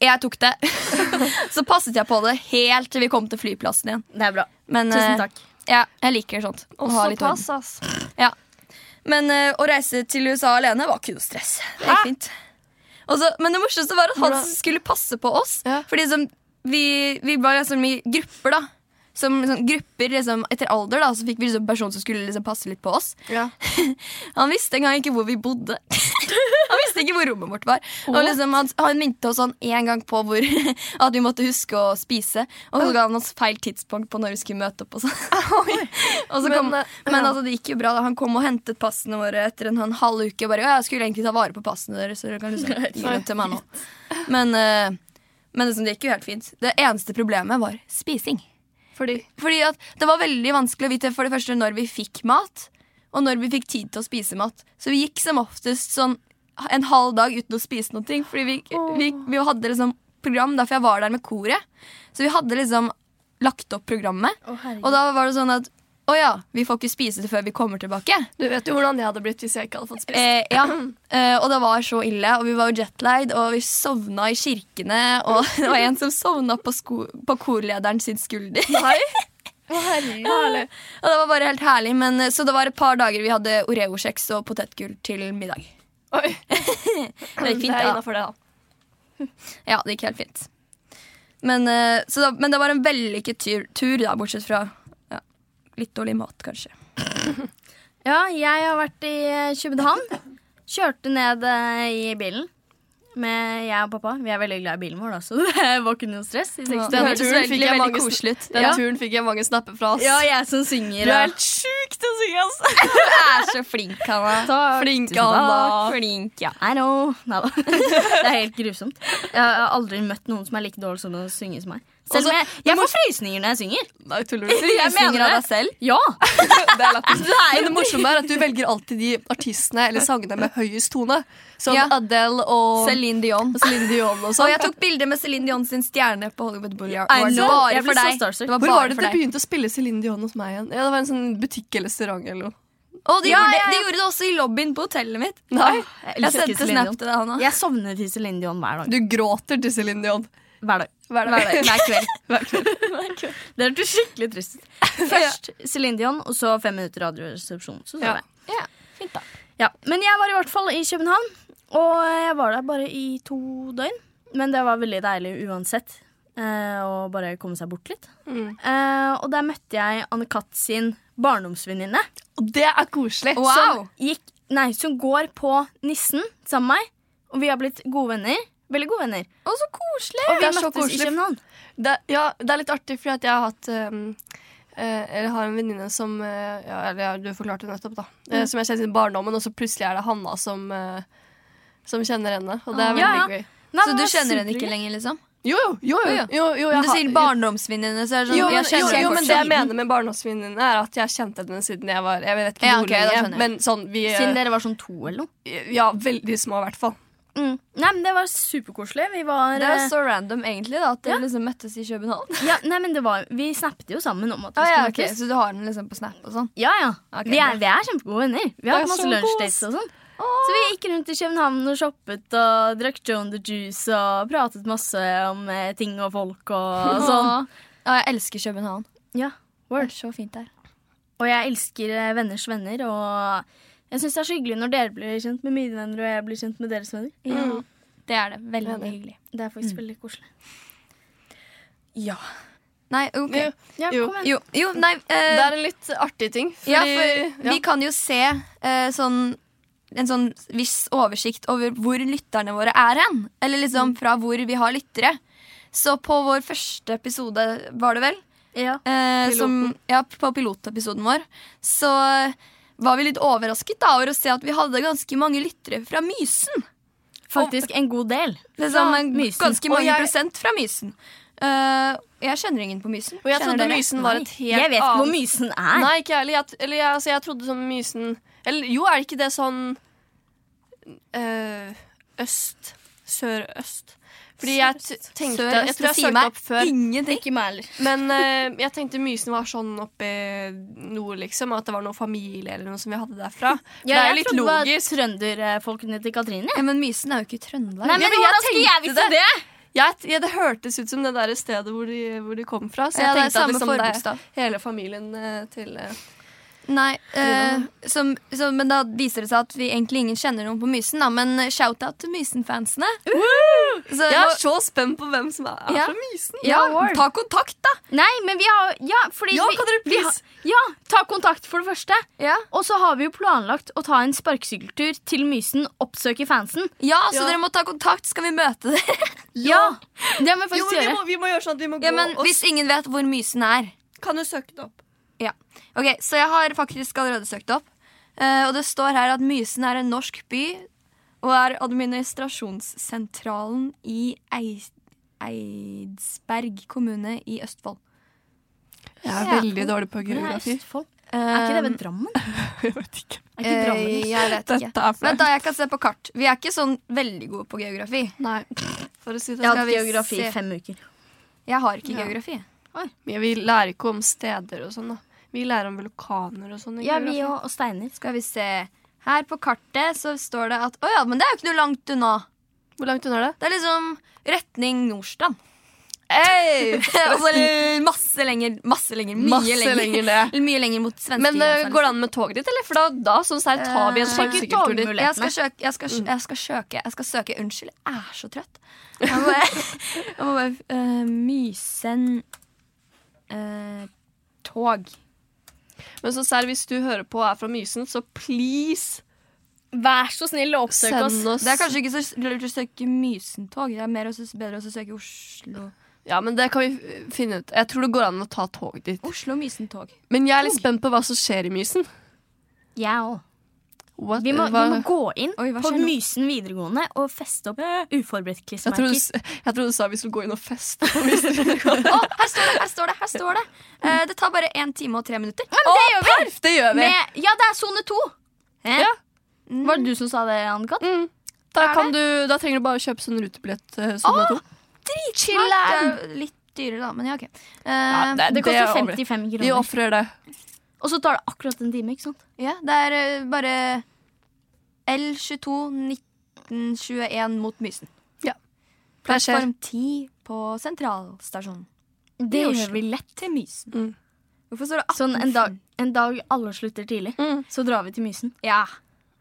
S1: Jeg tok det. så passet jeg på det helt til vi kom til flyplassen igjen.
S2: Det er bra.
S1: Men
S2: Tusen
S1: eh,
S2: takk.
S1: ja, jeg liker sånt. Å ha litt orden.
S3: ass.
S1: Ja. Men eh, å reise til USA alene var ikke noe stress. Det gikk fint. Og så- men det morsomste var at han
S3: Hvordan-
S1: skulle passe på oss.
S3: Ja.
S1: Fordi liksom, vi, vi var liksom i grupper, da. Som sånn grupper liksom, etter alder, da, så fikk vi liksom en person som skulle liksom, passe litt på oss.
S3: Ja.
S1: Han visste engang ikke hvor vi bodde. han visste ikke hvor rommet vårt var. Og liksom, han, han minte oss sånn en gang på hvor, at vi måtte huske å spise. Og så ga han oss feil tidspunkt på når vi skulle møte opp. Og sånn. Og så
S3: Men,
S1: kom, men,
S3: eh, ja.
S1: altså, det gikk jo bra. da Han kom og hentet passene våre etter en, en halv uke. Og bare, ja, jeg skulle egentlig ta vare på passene deres. Så dere kan liksom gi dem til meg nå Men, eh, men liksom, det gikk jo helt fint. Det eneste problemet var spising.
S3: Fordi
S1: Fordi at det var veldig vanskelig å vite for det første når vi fikk mat, og når vi fikk tid til å spise mat. Så vi gikk som oftest sånn en halv dag uten å spise noe. Fordi vi, vi, vi hadde liksom program, derfor jeg var der med koret. Så vi hadde liksom lagt opp programmet. Og da var det sånn at å ja, vi får ikke spise det før vi kommer tilbake.
S3: Du vet jo hvordan det hadde blitt hvis jeg ikke hadde fått spist.
S1: Eh, ja. eh, og det var så ille, og vi var jo jetlagd, og vi sovna i kirkene. Og det var en som sovna på, sko på korlederen sin skulder. Eh,
S3: Nei. Å, herlig.
S1: Og det var bare helt herlig, men eh, Så det var et par dager vi hadde oreokjeks og potetgull til middag.
S3: Oi.
S1: Det gikk fint, det,
S3: det er
S1: da.
S3: innafor det, da.
S1: Ja, det gikk helt fint. Men, eh, så da, men det var en vellykket tur, tur da, bortsett fra ja, litt dårlig mat, kanskje.
S2: Ja, jeg har vært i eh, København. Kjørte ned eh, i bilen med jeg og pappa. Vi er veldig glad i bilen vår, da, så det var ikke noe stress. i
S1: Ja,
S2: seks
S1: det
S3: Den
S2: dager.
S1: hørtes
S3: turen fikk
S1: veldig,
S3: jeg
S1: veldig
S3: mange sn-
S1: koselig ut.
S3: Den
S1: Ja.
S3: turen fikk jeg mange snapper fra oss.
S2: Ja, jeg som
S3: Du
S2: synger. eh.
S3: er
S2: og-
S3: helt sjuk til å synge, ass.
S1: Du er så flink, Hanna. Flink,
S2: Tusen
S1: Hanna.
S2: takk.
S1: Flink, ja.
S2: I know. Neida. Det er helt grusomt. Jeg har aldri møtt noen som er like dårlig som å synge som meg. Selv om jeg, jeg får frysninger når jeg synger.
S3: Nei, tuller du?
S1: Du synger av deg selv.
S2: Ja.
S3: Det er lættis. Men det morsomme er at du velger alltid de artistene eller sangene med høyest tone. Som
S1: Ja.
S3: Adele og
S1: Celine Dion.
S3: og Celine Dion og
S1: Og
S3: sånn.
S1: jeg tok bilde med Celine Dion sin stjerne på Hollywood Boulevard.
S2: I know.
S1: Bare
S2: Jeg
S1: for
S2: blir så
S1: deg.
S2: starstruck.
S1: Det var
S3: Hvor
S1: bare
S3: var det
S1: for
S3: du
S1: deg.
S3: begynte å spille Celine Dion hos meg igjen? Ja, Det var en sånn butikk eller restaurant eller noe.
S1: Og de,
S2: Ja,
S1: gjorde,
S2: ja, ja.
S1: de gjorde det også i lobbyen på hotellet mitt.
S3: Nei.
S1: Jeg sendte snap til deg, Hanna.
S2: Jeg sovner til Celine Dion hver dag.
S3: Du gråter til Celine Dion.
S2: Hver dag.
S3: Hver dag.
S1: Hver dag, hver kveld.
S2: Det hørtes skikkelig trist ut. Først Celine Dion, og så fem minutter Radioresepsjon. Så sov
S3: Ja.
S2: jeg.
S1: Ja, fint da
S2: Ja, Men jeg var i hvert fall i København, og jeg var der bare i to døgn. Men det var veldig deilig uansett eh, å bare komme seg bort litt.
S3: Mm.
S2: Eh, og der møtte jeg Anne-Kat. sin barndomsvenninne.
S3: Og det er koselig. Sånn
S1: Wow.
S2: Som, gikk, nei, som går på Nissen sammen med meg, og vi har blitt gode venner. Veldig gode venner.
S1: Å, så koselig!
S2: Og vi
S3: Det er så
S2: møttes i
S3: koselig.
S2: København.
S3: Det, ja, det er litt artig, fordi at jeg har hatt ehm, eh, Eller har en venninne som eh, ja, Eller ja, du forklarte det nettopp, da. Eh, som jeg kjenner siden barndommen, og så plutselig er det Hanna som, eh, som kjenner henne. Og det er veldig
S2: Ja, ja.
S3: gøy.
S2: Nei,
S1: Så
S2: det
S1: du
S2: var
S1: kjenner henne ikke
S2: superhyggelig.
S1: lenger, liksom?
S3: Ah, Jo, jo, jo. jo,
S1: ja.
S3: jo, jo, jeg
S1: Men du
S3: har-
S1: sier barndomsvenninne, så er det sånn
S3: Jo, men,
S1: jeg kjenner
S3: jo,
S1: henne
S3: jo,
S1: for
S3: men
S1: så
S3: det jeg
S1: vidt.
S3: mener med barndomsvenninnene, er at jeg har kjent henne siden jeg var Jeg vet ikke
S1: Ja,
S3: hvor
S1: ok, da
S3: lenge,
S1: skjønner jeg.
S3: men sånn vi eh,
S2: Siden dere var sånn to eller noe.
S3: Ja, veldig små, i hvert fall.
S2: Mm. Nei, men Det var superkoselig. Vi var
S1: Det er
S2: eh,
S1: så random, egentlig, da, at dere liksom møttes i København.
S2: ja, nei, men det var, Vi snappet jo sammen om at vi
S1: Ah, ja,
S2: skulle
S1: ok,
S2: møtes.
S1: Så du har den liksom på Snap og sånn?
S2: Ja, ja.
S1: Ok,
S2: vi,
S1: bra.
S2: er, vi er kjempegode venner. Vi har hatt
S3: Det er
S2: masse
S3: så
S2: lunsjdates og sånn. Så vi gikk rundt i København og shoppet og drakk Joan the Juice og pratet masse om eh, ting og folk og sånn.
S1: Ja, jeg elsker København.
S2: Ja,
S1: Det er så fint der.
S2: Og jeg elsker eh, venners venner, og jeg syns det er så hyggelig når dere blir kjent med mine venner, og jeg blir kjent med deres venner.
S3: Mm.
S1: Det er Mm. det. Veldig
S3: Enig.
S1: hyggelig.
S2: Det er faktisk veldig koselig. Ja.
S1: Nei, ok.
S3: Jo,
S2: ja
S3: Jo.
S2: kom igjen.
S1: Jo, jo nei eh,
S3: Det er en litt artig ting. Fordi,
S1: ja, for
S3: ja.
S1: Vi kan jo se eh, sånn en sånn viss oversikt over hvor lytterne våre er hen. Eller
S3: Mm.
S1: liksom fra hvor vi har lyttere. Så på vår første episode, var det vel?
S2: Ja.
S1: eh,
S3: Piloten.
S1: som, ja, på pilotepisoden vår, så eh, var vi litt overrasket da, over å se at vi hadde ganske mange lyttere fra Mysen.
S2: Faktisk en god del.
S1: Liksom,
S2: Fra
S1: en,
S2: Mysen.
S1: Ganske
S3: Og
S1: mange
S3: jeg-
S1: prosent fra Mysen. Eh, jeg kjenner ingen på Mysen.
S3: Og jeg
S1: Kjenner
S3: trodde
S1: dere?
S3: Mysen var et helt
S2: Jeg vet ikke hvor
S3: annet
S2: mysen er.
S3: Nei, ikke jeg heller. Jeg, t- eller jeg, altså, jeg trodde sånn Mysen Eller jo, er det ikke det sånn øh, Øst? Sør-øst? Fordi jeg t tenkte
S1: Sør-øst,
S3: Jeg tror
S1: det
S3: jeg
S1: sier
S3: søkte
S1: meg
S3: opp før.
S1: Ingenting.
S2: Ikke meg heller.
S3: Men øh, jeg tenkte Mysen var sånn oppe i nord, liksom. At det var noe familie eller noe som vi hadde derfra. For det
S2: Ja,
S3: er jo
S2: jeg
S3: litt
S2: trodde det var
S3: logisk.
S2: trønderfolkene til Katrine.
S1: Ja, men Mysen er jo ikke i Trøndelag.
S2: Nei, men
S3: Ja, men jeg
S2: hvordan skulle jeg
S3: tenkte
S2: vite det?
S3: Jeg, t- ja, det hørtes ut som det der stedet hvor de, hvor de kom fra. Så
S1: Ja,
S3: jeg
S1: det er
S3: tenkte at
S1: samme
S3: liksom, det
S1: forbokstav.
S3: er hele familien øh, til øh,
S1: Nei, eh, som, som, men da viser det seg at vi egentlig ingen kjenner noen på Mysen, da, men eh, shout-out til Mysen-fansene. Så,
S3: Jeg er så spent på hvem som er, er
S1: Ja.
S3: fra Mysen.
S1: ja,
S2: Lord.
S1: ta kontakt, da!
S2: Nei, men vi har Ja, fordi
S3: Ja,
S2: vi,
S3: kan dere
S2: vi har,
S3: please?
S2: ja ta kontakt, for det første. Og så har vi jo planlagt å ta en sparkesykkeltur til Mysen, oppsøke fansen.
S1: Ja, så
S3: Ja.
S1: dere må ta kontakt, skal vi møte dere?
S2: Ja! Det må vi
S3: Jo,
S2: faktisk
S3: men vi,
S2: gjøre.
S3: må, vi må gjøre sånn at vi må
S1: Ja,
S3: gå
S1: men
S3: og
S1: Hvis ingen vet hvor Mysen er.
S3: Kan du søke det opp?
S1: Ja. Ok, Så jeg har faktisk allerede søkt opp. Eh, og det står her at Mysen er en norsk by og er administrasjonssentralen i Eis Eidsberg kommune i Østfold.
S3: Jeg er
S2: Ja.
S3: veldig dårlig på
S2: Men det Er Østfold. Er ikke det ved Drammen?
S3: Jeg vet ikke.
S2: Er Ehm, ikke Drammen
S1: Eh,
S2: i
S1: jeg vet ikke.
S3: Dette er
S1: Vent,
S3: flaut.
S1: da, jeg kan se på kart. Vi er ikke sånn veldig gode på geografi.
S3: Nei, for å si det sånn,
S2: Jeg har
S1: skal
S2: hatt
S1: vi
S2: geografi
S1: se.
S2: i fem uker.
S1: Jeg har ikke
S3: Ja.
S1: geografi.
S3: Men Vi lærer ikke om steder og sånn, da. Vi lærer om vulkaner og sånn. i
S2: Ja, vi
S3: geografi.
S2: og, og Steiner.
S1: Skal vi se. Her på kartet så står det at Å ja, men det er jo ikke noe langt unna.
S3: Hvor langt unna er det?
S1: Det er liksom retning Nordstrand.
S3: Hey!
S1: Og så masse lenger, masse lenger, mye
S3: Masse
S1: lenger.
S3: lenger ned.
S1: Mye lenger mot svenske
S3: Men eh, går det an med toget ditt, eller? For da, da sånn sær, tar vi en
S1: Eh,
S3: sparkesykkeltur dit.
S2: togmulighet.
S1: Jeg skal søke, jeg skal,
S3: Mm.
S1: jeg skal søke, jeg skal søke. Unnskyld, jeg er så trøtt. Jeg må bare, jeg må bare eh, Mysen eh, tog.
S3: Men så sær, hvis du hører på og er fra Mysen, så please
S2: Vær så snill å oppsøke oss.
S3: send oss
S1: Det er kanskje ikke så lurt å søke Mysen-tog. Det er mer å, sø- bedre å søke Oslo.
S3: Ja, men det kan vi eh, finne ut. Jeg tror det går an å ta toget dit.
S1: Oslo Mysen-tog.
S3: Men jeg er litt spent på hva som skjer i Mysen.
S2: Jeg òg.
S3: What-
S2: Vi, må- vi
S3: hva-
S2: må gå inn
S1: Oi, hva
S2: på
S1: skjer nå?
S2: Mysen videregående og feste opp uforberedt
S3: jeg trodde,
S2: klistremerker.
S3: du s- jeg trodde du sa vi skulle gå inn og feste på Mysen.
S1: Å, her står det! her står Det her står det Eh, Det tar bare én time og tre minutter.
S3: det gjør vi! Det gjør vi.
S2: Med, ja, det er sone to. Hæ?
S3: Ja.
S2: Var det du som sa det, Anne-Kat?
S3: Mm. Da,
S1: Er
S3: kan du, da trenger du bare å kjøpe sånn rutebillett. eh, Sånn oh,
S1: Det er jo litt dyrere, da, men ja, OK. Eh,
S3: Ja, det-
S2: Det koster
S3: er over.
S2: 55
S3: Vi
S2: kroner.
S3: ofrer det.
S2: Og så tar det akkurat en time, ikke sant?
S1: Ja, det er eh, bare L22 1921 mot Mysen.
S3: Det skjer.
S1: Form 10 på sentralstasjonen
S2: Det
S1: I Oslo.
S2: gjør vi lett.
S1: til Mysen.
S3: Mm.
S1: Hvorfor står det 18?
S2: Sånn en dag, en dag alle slutter tidlig,
S3: Mm.
S2: så drar vi til Mysen.
S1: Ja.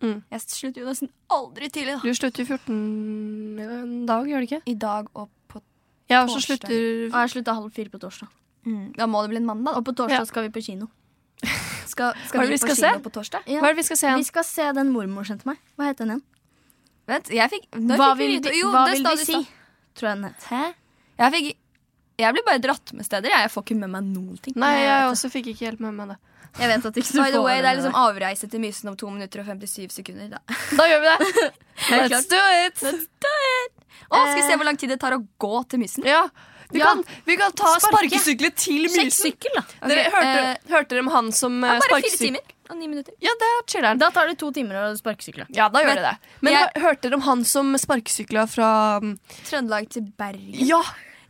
S3: Mm.
S1: Jeg slutter jo nesten aldri tidlig. da.
S3: Du slutter 14 en dag, gjør du ikke?
S1: I dag og på
S3: Ja, så
S1: Torsdag.
S3: slutter
S2: Og jeg slutta halv fire på torsdag.
S1: Da må det bli en mandag,
S2: Og på torsdag
S3: Ja.
S2: skal vi på kino.
S1: da. Skal,
S3: Hva
S1: skal
S3: er
S1: vi
S3: det vi
S1: på
S3: skal
S1: kino
S3: se?
S1: på torsdag?
S2: Ja.
S3: Hva er det vi skal se
S2: Vi
S3: igjen?
S2: skal se den mormor sendte meg. Hva het den igjen?
S1: Vent, jeg fikk Når
S2: Hva
S1: fikk vi
S2: vil
S1: vite
S2: de,
S1: Jo,
S2: hva
S1: det
S2: vil
S1: sa
S2: de
S1: du i
S2: si?
S1: stad.
S2: Tror jeg den het.
S1: Hæ? Jeg fikk Jeg blir bare dratt med steder. Jeg, jeg får ikke med meg noen ting.
S3: Nei, jeg også fikk ikke hjelp med meg det.
S2: Jeg vet at ikke du
S1: By the
S2: får
S1: way,
S2: den
S1: det er
S2: der.
S1: liksom avreise til Mysen om 2 minutter og 57 sekunder. Da.
S3: Da gjør vi det. Let's
S1: klart.
S3: do it.
S1: Å, skal vi se hvor lang tid det tar å gå til Mysen?
S3: Ja. Vi,
S2: Ja.
S3: Kan, vi kan ta
S2: Sparke.
S3: sparkesyklet til
S2: Sjekk
S3: Mysen.
S2: sykkel, da.
S1: Ok,
S3: Dere hørte,
S1: eh,
S3: hørte dere om han som
S1: det
S3: eh,
S1: er bare fire
S3: sparkesyk-
S1: timer og ni minutter.
S3: Ja, det er chiller'n.
S2: Da tar det to timer å sparkesykle.
S3: Ja, da gjør
S1: Men-
S3: det det. Men
S1: jeg-
S3: hør- hørte dere om han som sparkesykla fra mm,
S1: Trøndelag til Bergen.
S3: Ja!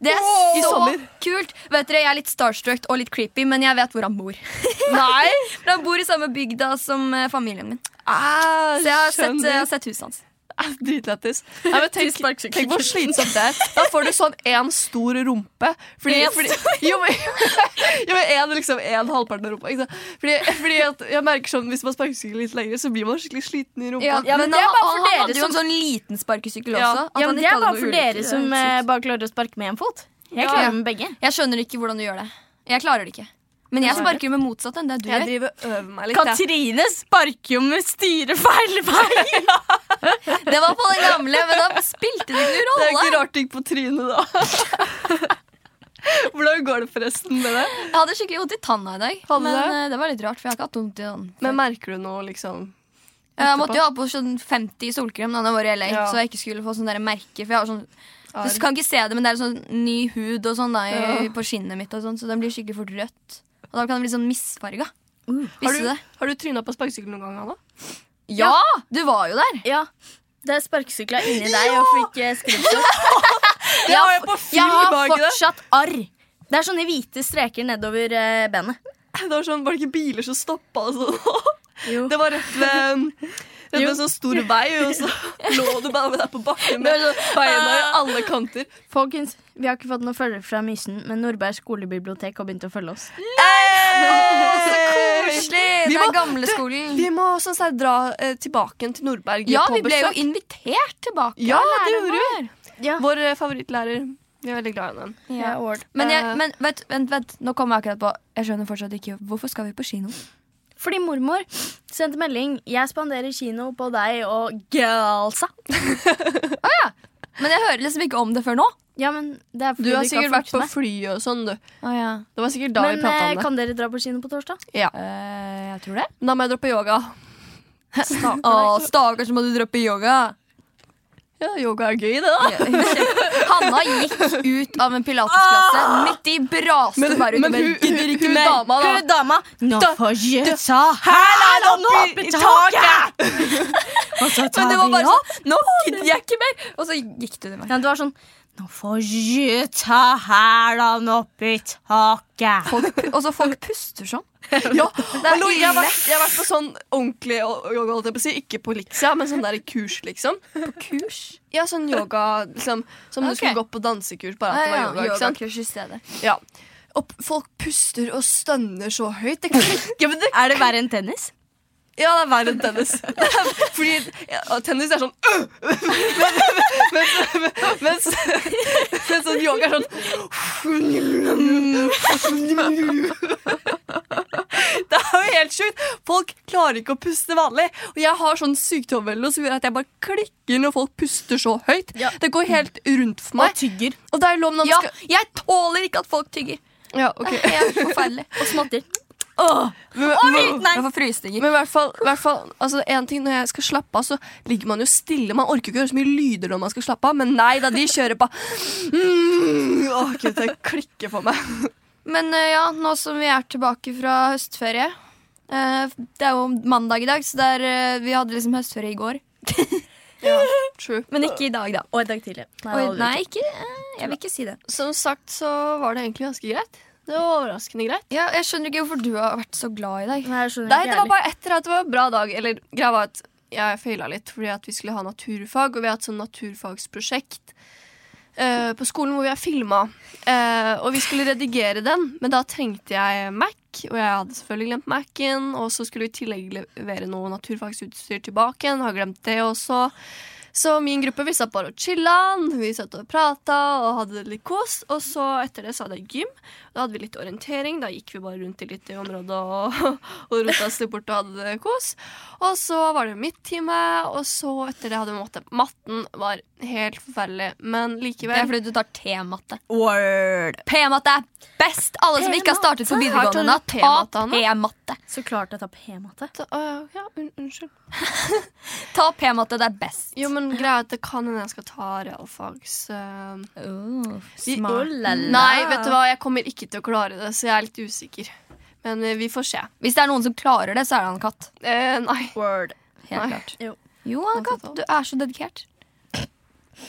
S1: Det er
S3: Åh! I
S1: så
S3: sommer.
S1: kult! Vet dere, Jeg er litt starstruck og litt creepy, men jeg vet hvor han bor.
S3: Nei!
S1: For Han bor i samme bygda som eh, familien min. Så jeg
S3: Ah,
S1: har sett, jeg har sett huset hans.
S3: Ah, Dritlættis. Nei, men Tenk,
S2: sparkesykkel.
S3: tenk hvor slitsomt det er. Da får du sånn én stor rumpe. Fordi,
S1: En
S3: fordi, jo, men, jo, men en, liksom, en halvparten av rumpa. Ikke sant? Fordi, fordi at jeg merker sånn, Hvis man sparkesykler litt lenger, så blir man skikkelig sliten i rumpa.
S1: Ja,
S2: Ja,
S1: men
S2: men det er
S1: han,
S2: bare for
S1: han
S2: dere
S1: hadde jo en sånn liten sparkesykkel
S3: Ja.
S1: også. at
S2: Ja,
S1: han ikke
S2: men Det er
S1: hadde
S2: bare
S1: noe
S2: for
S1: ulykker.
S2: dere som
S1: Det er helt
S2: eh,
S1: sykt.
S2: bare klarer å sparke med én fot. Jeg
S3: Ja.
S2: klarer med begge.
S1: Jeg skjønner ikke hvordan du gjør det. Jeg klarer det ikke. Men jeg sparker med motsatt enn det du
S3: Jeg
S1: gjør.
S3: driver og øver meg litt. jeg.
S2: Katrine sparker jo med styret feil vei!
S1: Det var på den gamle, men da spilte det ikke
S3: Det er
S1: noen
S3: ikke
S1: rolle.
S3: rart det gikk på trynet da. Hvordan går det forresten med det?
S1: Jeg hadde skikkelig vondt i tanna i dag.
S3: Hadde
S1: men
S3: du det?
S1: eh, det var litt rart, for jeg har ikke hatt vondt i den.
S3: Men merker du noe, liksom?
S1: Jeg måtte jo ha på sånn 50 solkrem da jeg var i LA,
S3: Ja.
S1: så jeg ikke skulle få sånn der merker. For jeg har sånn,
S3: Arr.
S1: du kan ikke se det, men det er sånn ny hud og sånn da, i,
S3: Ja.
S1: på skinnet mitt, og sånn, så den blir skikkelig fort rødt. Og da kan den bli sånn misfarga.
S3: Har
S2: Mm.
S1: Visste du
S3: du,
S1: det?
S3: har du tryna på sparkesykkel noen gang, Anna?
S1: Ja! Du var jo der.
S2: Ja, det er sparkesykla inni deg og fikk eh, skrubbsår.
S3: Det har jeg på
S2: Jeg
S3: full
S2: har
S3: bak i det.
S2: fortsatt arr. Det er sånne hvite streker nedover eh, benet.
S3: Det var sånn, var det ikke biler som stoppa og sånn?
S2: Jo.
S3: Det var rett ved Rett ved en sånn stor vei, og så lå du bare der på bakken med Ah. beina sånn i alle kanter.
S2: Folkens, vi har ikke fått noen følgere fra Mysen, men Nordberg skolebibliotek har begynt å følge oss.
S3: Eh,
S1: Så koselig!
S3: Vi
S1: Det
S3: må-
S1: er gamleskolen.
S3: Vi må sånn sett dra eh, tilbake til Nordberg
S1: Ja,
S3: på
S1: vi ble jo
S3: besøk.
S1: invitert tilbake.
S3: Ja,
S1: av
S3: det
S1: læreren
S3: gjorde
S1: vår.
S2: Ja.
S3: Vår eh, favorittlærer. Vi er veldig glad i henne.
S1: Ja.
S2: Ward.
S1: Men, jeg,
S3: Eh.
S1: men vent, vent, vent, nå kommer jeg akkurat på Jeg skjønner fortsatt ikke Hvorfor skal vi på kino?
S2: Fordi mormor sendte melding 'Jeg spanderer kino på deg og girlsa'.
S1: Men jeg hører liksom ikke om det før nå.
S2: Ja, men det er fordi
S3: Du har
S2: ikke
S3: sikkert vært
S2: fått
S3: på
S2: med.
S3: flyet og sånn, du.
S1: Å ja.
S3: Det var sikkert da vi
S2: Men
S3: prata
S2: eh,
S3: om det.
S2: kan dere dra på kino på torsdag?
S1: Eh, jeg tror det.
S3: Men Da må jeg dra på yoga.
S1: Å, stakkars, må du dra på yoga.
S3: Ja, yoga er gøy, det, da.
S1: Hanna gikk ut av en pilatesklasse midt i braste
S3: Men-
S1: bare ute
S3: men
S1: med
S3: hun-
S1: gidder
S3: hun-
S1: ikke
S3: hun
S1: mer.
S3: dama, da.
S2: Hun dama! Nå får girlsa
S3: Hæl
S2: opp i- i taket! Og så
S1: Men det var bare sånn Nå gidder jeg ikke mer! Og så gikk du meg.
S2: Ja, det var sånn Nå får jeg ta hælene opp i taket.
S1: Og så folk puster sånn.
S3: Ja, hallo,
S1: ille.
S3: jeg, har vært, jeg har vært på sånn ordentlig o- yoga, holdt jeg på å si. Ikke på Lixia, men sånn der kurs, liksom.
S1: På kurs.
S3: Ja, sånn yoga liksom, som
S1: Ok.
S3: du skulle gå på dansekurs, bare at det
S1: Ja,
S3: var yoga.
S1: ja,
S3: ikke sant?
S1: yogakurs i stedet.
S3: Ja. Og p- folk puster og stønner så høyt. Det klikker, men det
S2: Er det verre enn tennis?
S3: Ja, det er verre enn tennis. Fordi ja, og tennis er sånn øh! mens, mens, mens, mens sånn yoga er sånn Det er jo helt sjukt! Folk klarer ikke å puste vanlig. Og jeg har sånn sykdommer eller noe som gjør at jeg bare klikker når folk puster så høyt.
S2: Ja.
S3: Det går helt rundt for meg.
S2: tygger.
S3: Og det er jo lov når man
S1: Ja,
S3: skal
S1: jeg tåler ikke at folk tygger.
S3: Ja, ok.
S1: Det er helt forferdelig.
S2: Og smatter.
S3: Men- men-
S1: Nei. Jeg får frysninger.
S3: Men i hvert fall, i hvert fall altså en ting, når jeg skal slappe av, så ligger man jo stille. Man orker ikke å høre så mye lyder når man skal slappe av, men nei da, de kjører på. Mm, åh, Gud, det klikker for meg.
S1: Men eh, ja, nå som vi er tilbake fra høstferie eh, Det er jo mandag i dag, så det er, eh, vi hadde liksom høstferie i går.
S3: True.
S1: Men ikke i dag, da.
S2: Og i dag tidlig. Nei,
S1: Oi,
S2: det var
S1: nei,
S2: det
S1: ikke, eh, jeg vil ikke si det.
S3: Som sagt så var det egentlig ganske greit. Det var overraskende greit.
S1: Ja, jeg skjønner ikke hvorfor du har vært så glad i dag.
S2: ikke. Nei, jeg skjønner
S3: Nei,
S2: ikke
S3: det var
S2: heller.
S3: bare etter at det var en bra dag. Eller greia var at jeg feila litt fordi at vi skulle ha naturfag, og vi har hatt sånn naturfagsprosjekt eh, på skolen hvor vi har filma. Eh, og vi skulle redigere den, men da trengte jeg Mac. og jeg hadde selvfølgelig glemt Mac-en. Og så skulle vi i tillegg levere noe naturfagsutstyr tilbake igjen, har glemt det også. Så min gruppe vi satt bare og chilla'n, vi satt og prata og hadde det litt kos. Og så etter det så hadde jeg gym. Da hadde vi litt orientering. Da gikk vi bare rundt i litt i området og, og rota oss litt bort og hadde det kos. Og så var det mitt time, og så etter det hadde vi matte. Matten var helt forferdelig, men
S1: Det er
S3: likevel.
S1: fordi du tar T-matte.
S2: Word.
S1: P-matte er best! Alle som ikke har startet på videregående,
S3: Har du
S1: ta
S3: T-matte, Anna?
S1: P-matte.
S2: Så klart jeg tar P-matte.
S3: Å, øh, ja, un unnskyld.
S1: Ta P-matte, det er best.
S3: Jo, men greia er at det kan hende jeg skal ta realfags... eh,
S2: smart.
S3: Nei, vet du hva, jeg kommer ikke til å klare det, så jeg er litt usikker. Men eh, vi får se.
S1: Hvis det er noen som klarer det, så er det Anne-Kat.
S3: Eh, nei.
S2: Word.
S1: Helt
S3: Nei.
S1: klart.
S2: Jo.
S1: Jo, Anne-Kat, du er så dedikert.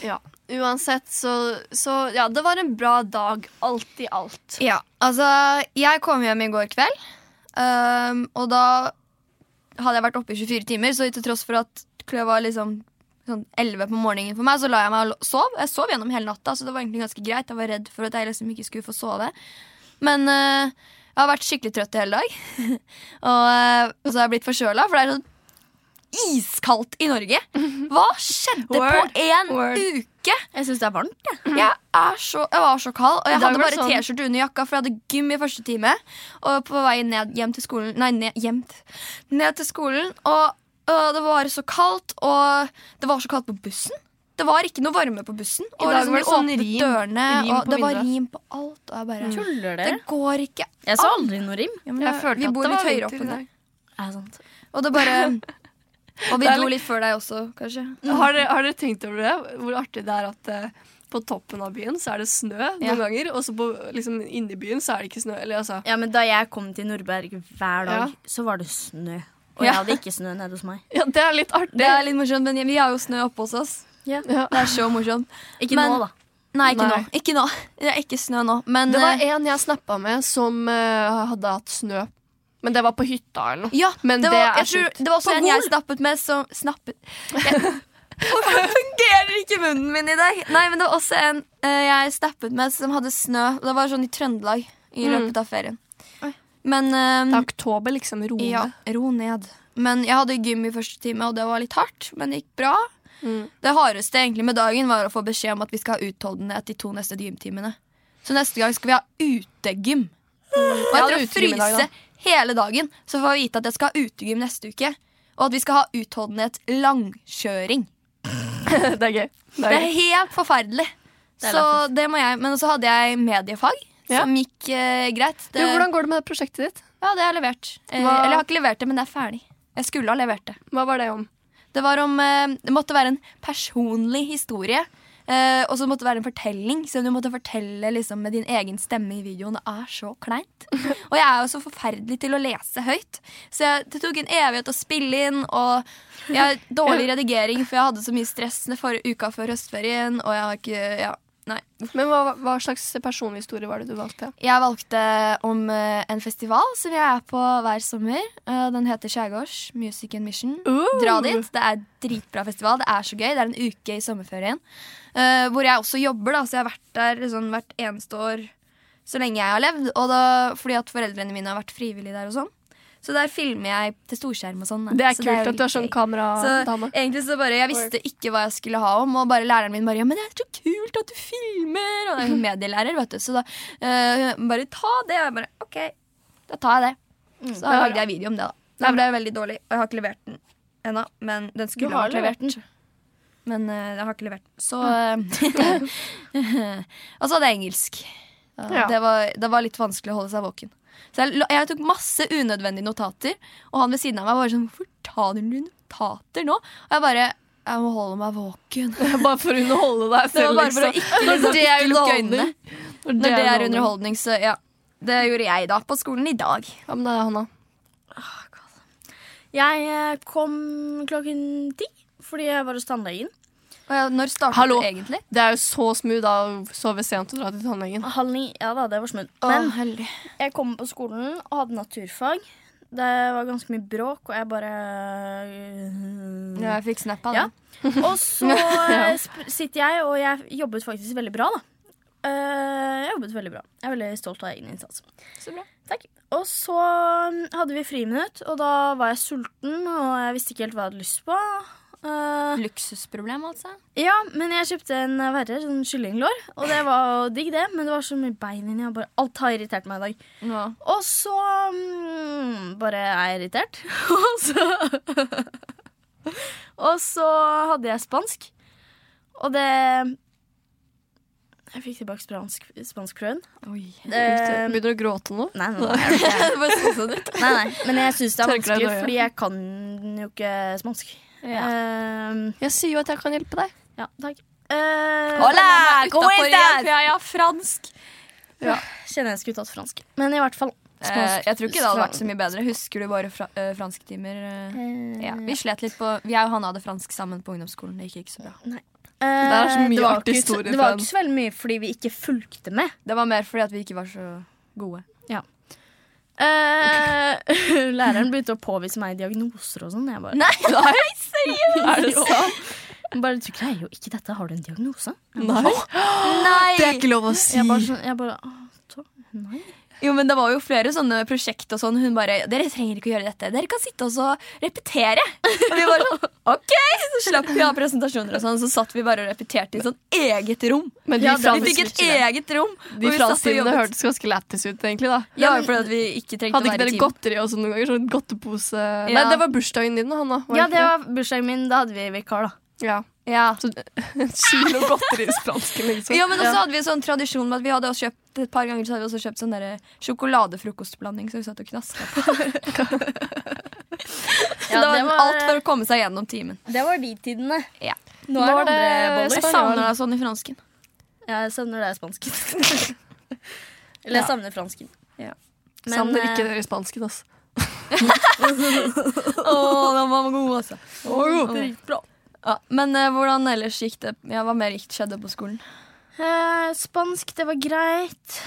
S3: Ja. Uansett, så, så Ja, det var en bra dag, alt i alt.
S1: Ja, altså Jeg kom hjem i går kveld øhm, Og da hadde jeg vært oppe i 24 timer Så til tross for at klokka var liksom Sånn 11 på morgenen for meg Så la jeg meg og lo- sov Jeg sov gjennom hele natta, så det var egentlig ganske greit Jeg var redd for at jeg liksom ikke skulle få sove Men øh, jeg har vært skikkelig trøtt i hele dag Og øh, og så har jeg blitt forkjøla, for det er sånn Iskaldt i Norge Hva skjedde
S3: Word.
S1: på en
S3: Word.
S1: uke?
S2: Jeg syns det er varmt. jeg.
S1: Jeg, er så, jeg var så kald, og
S3: I
S1: jeg
S3: dag
S1: hadde
S3: var det
S1: bare
S3: sånn-
S1: T-skjorte under jakka, for jeg hadde gym i første time. Og på vei ned hjem til skolen Nei, ned, hjem, t- ned til skolen. Og, og det var så kaldt, og det var så kaldt på bussen. Det var ikke noe varme på bussen. Og
S3: dag
S1: liksom,
S3: var
S1: vi
S3: det sånn
S1: åpnet
S3: rim-
S1: dørene,
S3: rim på
S1: og det var
S3: vinduet.
S1: rim på alt. Og jeg bare
S2: Tuller
S1: Det går ikke.
S2: Jeg så aldri noe rim.
S1: Ja, men
S3: Jeg
S1: det-
S3: følte
S1: vi
S3: at
S1: bor
S3: det
S1: litt
S3: var
S1: høyere opp
S3: vinter i
S1: enn
S3: dag.
S1: deg.
S2: Er det sant?
S1: Og det bare Og vi
S3: Det er
S1: dro
S3: litt-
S1: litt før deg også, kanskje.
S3: Har dere, har dere tenkt over det? Hvor artig det er at eh, på toppen av byen så er det snø
S1: Ja.
S3: noen ganger, og så på- liksom, inni byen så er det ikke snø. Eller altså
S2: Ja, men Da jeg kom til Nordberg hver dag,
S3: Ja.
S2: så var det snø. Og
S1: Ja.
S2: jeg hadde ikke snø nede hos meg.
S3: Ja, det er litt artig.
S1: Det er litt morsomt, men vi har jo snø oppe hos oss.
S3: ja.
S1: Det er så morsomt.
S2: Ikke
S1: Men-
S2: nå, da.
S1: Nei, ikke
S3: Nei.
S1: nå. Ikke nå. Det er ikke snø nå. Men
S3: Det
S1: eh,
S3: var en jeg snappa med som eh, hadde hatt snø. Men det var på hytta eller noe.
S1: Ja,
S3: Men
S1: det,
S3: det
S1: var,
S3: er
S1: jeg tror,
S3: sjukt.
S1: det var også
S2: På
S1: en jeg
S2: Hol?
S1: snappet med som snappet jeg, Hvorfor fungerer ikke munnen min i dag? Nei, men det var også en eh, jeg snappet med som hadde snø. og Det var sånn i Trøndelag i
S3: Mm.
S1: løpet av ferien.
S3: Oi.
S1: Men eh,
S3: Det er oktober, liksom. Rolig.
S1: ja, ro ned. Men jeg hadde gym i første time, og det var litt hardt, men det gikk bra.
S3: Mm.
S1: Det hardeste egentlig med dagen var å få beskjed om at vi skal ha utholdenhet de to neste gymtimene. Så neste gang skal vi ha utegym. Og
S3: Jeg
S1: etter
S3: hadde
S1: å
S3: Mm. utegym i dag,
S1: fryse hele dagen, så får jeg vite at jeg skal ha utegym neste uke. Og at vi skal ha utholdenhet langkjøring.
S3: det er gøy. Det
S1: Det
S3: er
S1: er
S3: gøy.
S1: helt forferdelig.
S2: Det er
S1: Så det må jeg, Men så hadde jeg mediefag,
S3: Ja.
S1: som gikk eh, greit. Det,
S3: Du, hvordan går det med det prosjektet ditt?
S1: Ja, det har jeg levert. Eh,
S3: Hva-
S1: eller jeg har ikke levert det, men det er ferdig. Jeg skulle ha levert det.
S3: Hva var det om?
S1: Det var om eh, Det måtte være en personlig historie. eh, og så måtte det være en fortelling, så du måtte fortelle liksom, med din egen stemme i videoen. Det er så kleint. Og jeg er jo så forferdelig til å lese høyt, så jeg, det tok en evighet å spille inn. Og jeg har dårlig redigering, for jeg hadde så mye stress den forrige uka før høstferien. Og jeg har ikke ja, nei.
S3: Men hva, hva slags personlig historie var det du valgte?
S1: Jeg valgte om eh, en festival som jeg er på hver sommer. Eh, den heter Skjærgårds Music and Mission.
S2: Uh!
S1: Dra dit. Det er dritbra festival. Det er så gøy. Det er en uke i sommerferien. eh, hvor jeg også jobber, da, så jeg har vært der sånn hvert eneste år så lenge jeg har levd. Og da, fordi at foreldrene mine har vært frivillige der og sånn. Så der filmer jeg til storskjerm og sånn. da.
S3: Det er
S1: Så
S3: kult
S1: jo
S3: at du
S1: litt
S3: er sånn
S1: gøy. Så
S3: kameradame.
S1: egentlig så bare Jeg visste ikke hva jeg skulle ha om, og bare læreren min bare Ja, men det er så kult at du filmer! Og det er jo medielærer, vet du. Så da eh, bare ta det. Og jeg bare OK, da tar jeg det.
S2: Mm.
S1: Så da lagde jeg video om det, da. Den ble veldig dårlig, og jeg har ikke levert den ennå. Men den skulle
S2: har
S1: ha vært
S2: levert
S1: levert. Men eh, jeg har ikke levert den. Så eh, Og så hadde jeg engelsk. Ja,
S3: Ja.
S1: Det, var, det var litt vanskelig å holde seg våken. Så jeg, la- jeg tok masse unødvendige notater, og han ved siden av meg var sånn Hvorfor tar du notater nå? Og jeg bare Jeg må holde meg våken.
S3: Bare for å underholde deg
S1: Det var
S3: selv,
S1: bare for å
S3: liksom.
S1: ikke, liksom,
S3: det er
S1: ikke lukke
S3: underholdning.
S1: øynene.
S3: Når
S1: Når det er underholdning, så ja. Det gjorde jeg da, på skolen i dag.
S3: Ja, men det er Hanna.
S2: Jeg eh, kom klokken ti fordi jeg var hos tannlegen.
S1: Og jeg, når startet
S3: Hallo.
S1: det egentlig?
S3: Det er jo så smooth da, å sove sent og dra til tannlegen.
S2: Halv ni. Ja da, det var smooth.
S1: Men,
S3: Ah.
S2: Men jeg kom på skolen og hadde naturfag. Det var ganske mye bråk, og jeg bare eh,
S1: ja, jeg fikk snap av
S2: Ja.
S1: den.
S2: Og så eh, sp- sitter jeg, og jeg jobbet faktisk veldig bra, da. Eh, jeg jobbet veldig bra. Jeg er veldig stolt av egen innsats.
S1: Så bra.
S2: Takk. Og så mm, hadde vi friminutt, og da var jeg sulten, og jeg visste ikke helt hva jeg hadde lyst på. Eh,
S1: Luksusproblem, altså.
S2: ja, men jeg kjøpte en verre, sånn kyllinglår, og det var jo digg, det. Men det var så mye bein inni, og bare alt har irritert meg i dag.
S1: Ja.
S2: Og så mm, bare er jeg irritert. og så Og så hadde jeg spansk, og det Jeg fikk tilbake spansk, spanskprøven.
S3: Oi.
S2: Eh,
S3: Begynner du å gråte nå?
S2: Nei, nei, nei, jeg er ikke-
S1: Bare sånn som det.
S2: nei, nei. Men jeg syns det er
S3: Tørker deg i
S2: vanskelig,
S3: øyet.
S2: fordi jeg kan jo ikke spansk. Eh,
S3: Jeg sier jo at jeg kan hjelpe deg.
S2: ja, takk. Eh,
S1: Hola,
S3: Utenfor
S1: ¿cómo
S3: igjen, for
S1: estás?
S3: Jeg er fransk.
S2: Kjenner jeg skulle tatt fransk. Men i hvert fall
S1: Eh, jeg tror ikke det hadde vært så
S2: Fransk.
S1: mye bedre. Husker du våre fra eh, fransktimer? eh?
S2: Eh,
S1: Ja, vi slet litt på Vi og Hanne hadde fransk sammen på ungdomsskolen. Det gikk ikke så bra.
S2: eh,
S3: Det er så mye
S2: det var
S3: artig
S2: ikke så-
S3: historie
S2: Det var
S3: fra
S2: ikke så veldig mye fordi vi ikke fulgte med.
S1: Det var mer fordi at vi ikke var så gode.
S2: Eh, læreren begynte å påvise meg diagnoser og sånn. Jeg bare,
S1: Nei,
S3: Er det sant?
S2: bare Du greier jo ikke dette. Har du en diagnose?
S3: Nei.
S1: nei!
S3: Det er ikke lov å si.
S2: Jeg bare, sånn, jeg bare «Åh, så- Nei.
S1: Jo, men det var jo flere sånne prosjekt og sånn. Hun bare 'Dere trenger ikke å gjøre dette. Dere kan sitte og så repetere.' Og vi bare sånn, OK! Så slapp vi av presentasjoner og sånn. Så satt vi bare og repeterte i sånn eget rom.
S3: Men de,
S2: Ja,
S3: fra,
S2: da-
S1: Vi fikk et eget rom.
S3: de
S1: og vi satt og
S3: franstimene
S1: jobbet.
S3: hørtes ganske lættis ut, egentlig. da
S1: Ja, men fordi at vi ikke trengte å
S3: Hadde
S1: være i
S3: ikke dere
S1: team.
S3: godteri også noen ganger? Sånn godtepose Nei,
S1: Ja.
S3: det var bursdagen din, Hanna.
S2: Ja, det var bursdagen min. Da hadde vi vikar, da.
S3: ja.
S1: Ja.
S3: Så en kilo godteri i fransken, liksom.
S1: Ja, men også hadde vi en sånn tradisjon med at vi hadde også kjøpt et par ganger så hadde vi også kjøpt sånn der sjokoladefrokostblanding, så vi satt og knaska på. så
S2: Ja,
S1: det var,
S2: det var- eh,
S1: alt for å komme seg gjennom timen.
S2: Det var de tidene.
S1: Ja.
S2: Nå er det andre boller.
S1: Jeg savner deg sånn i fransken.
S2: Ja, jeg savner deg spansken. Eller
S1: Ja.
S2: jeg savner fransken.
S1: Ja.
S2: Men,
S3: Savner
S2: eh,
S3: ikke dere spansken, altså.
S1: Åh, den var god, altså.
S3: Åh.
S1: Ja, men eh, hvordan ellers gikk det? Ja, Hva mer gikk skjedde på skolen?
S2: eh, Spansk, det var greit.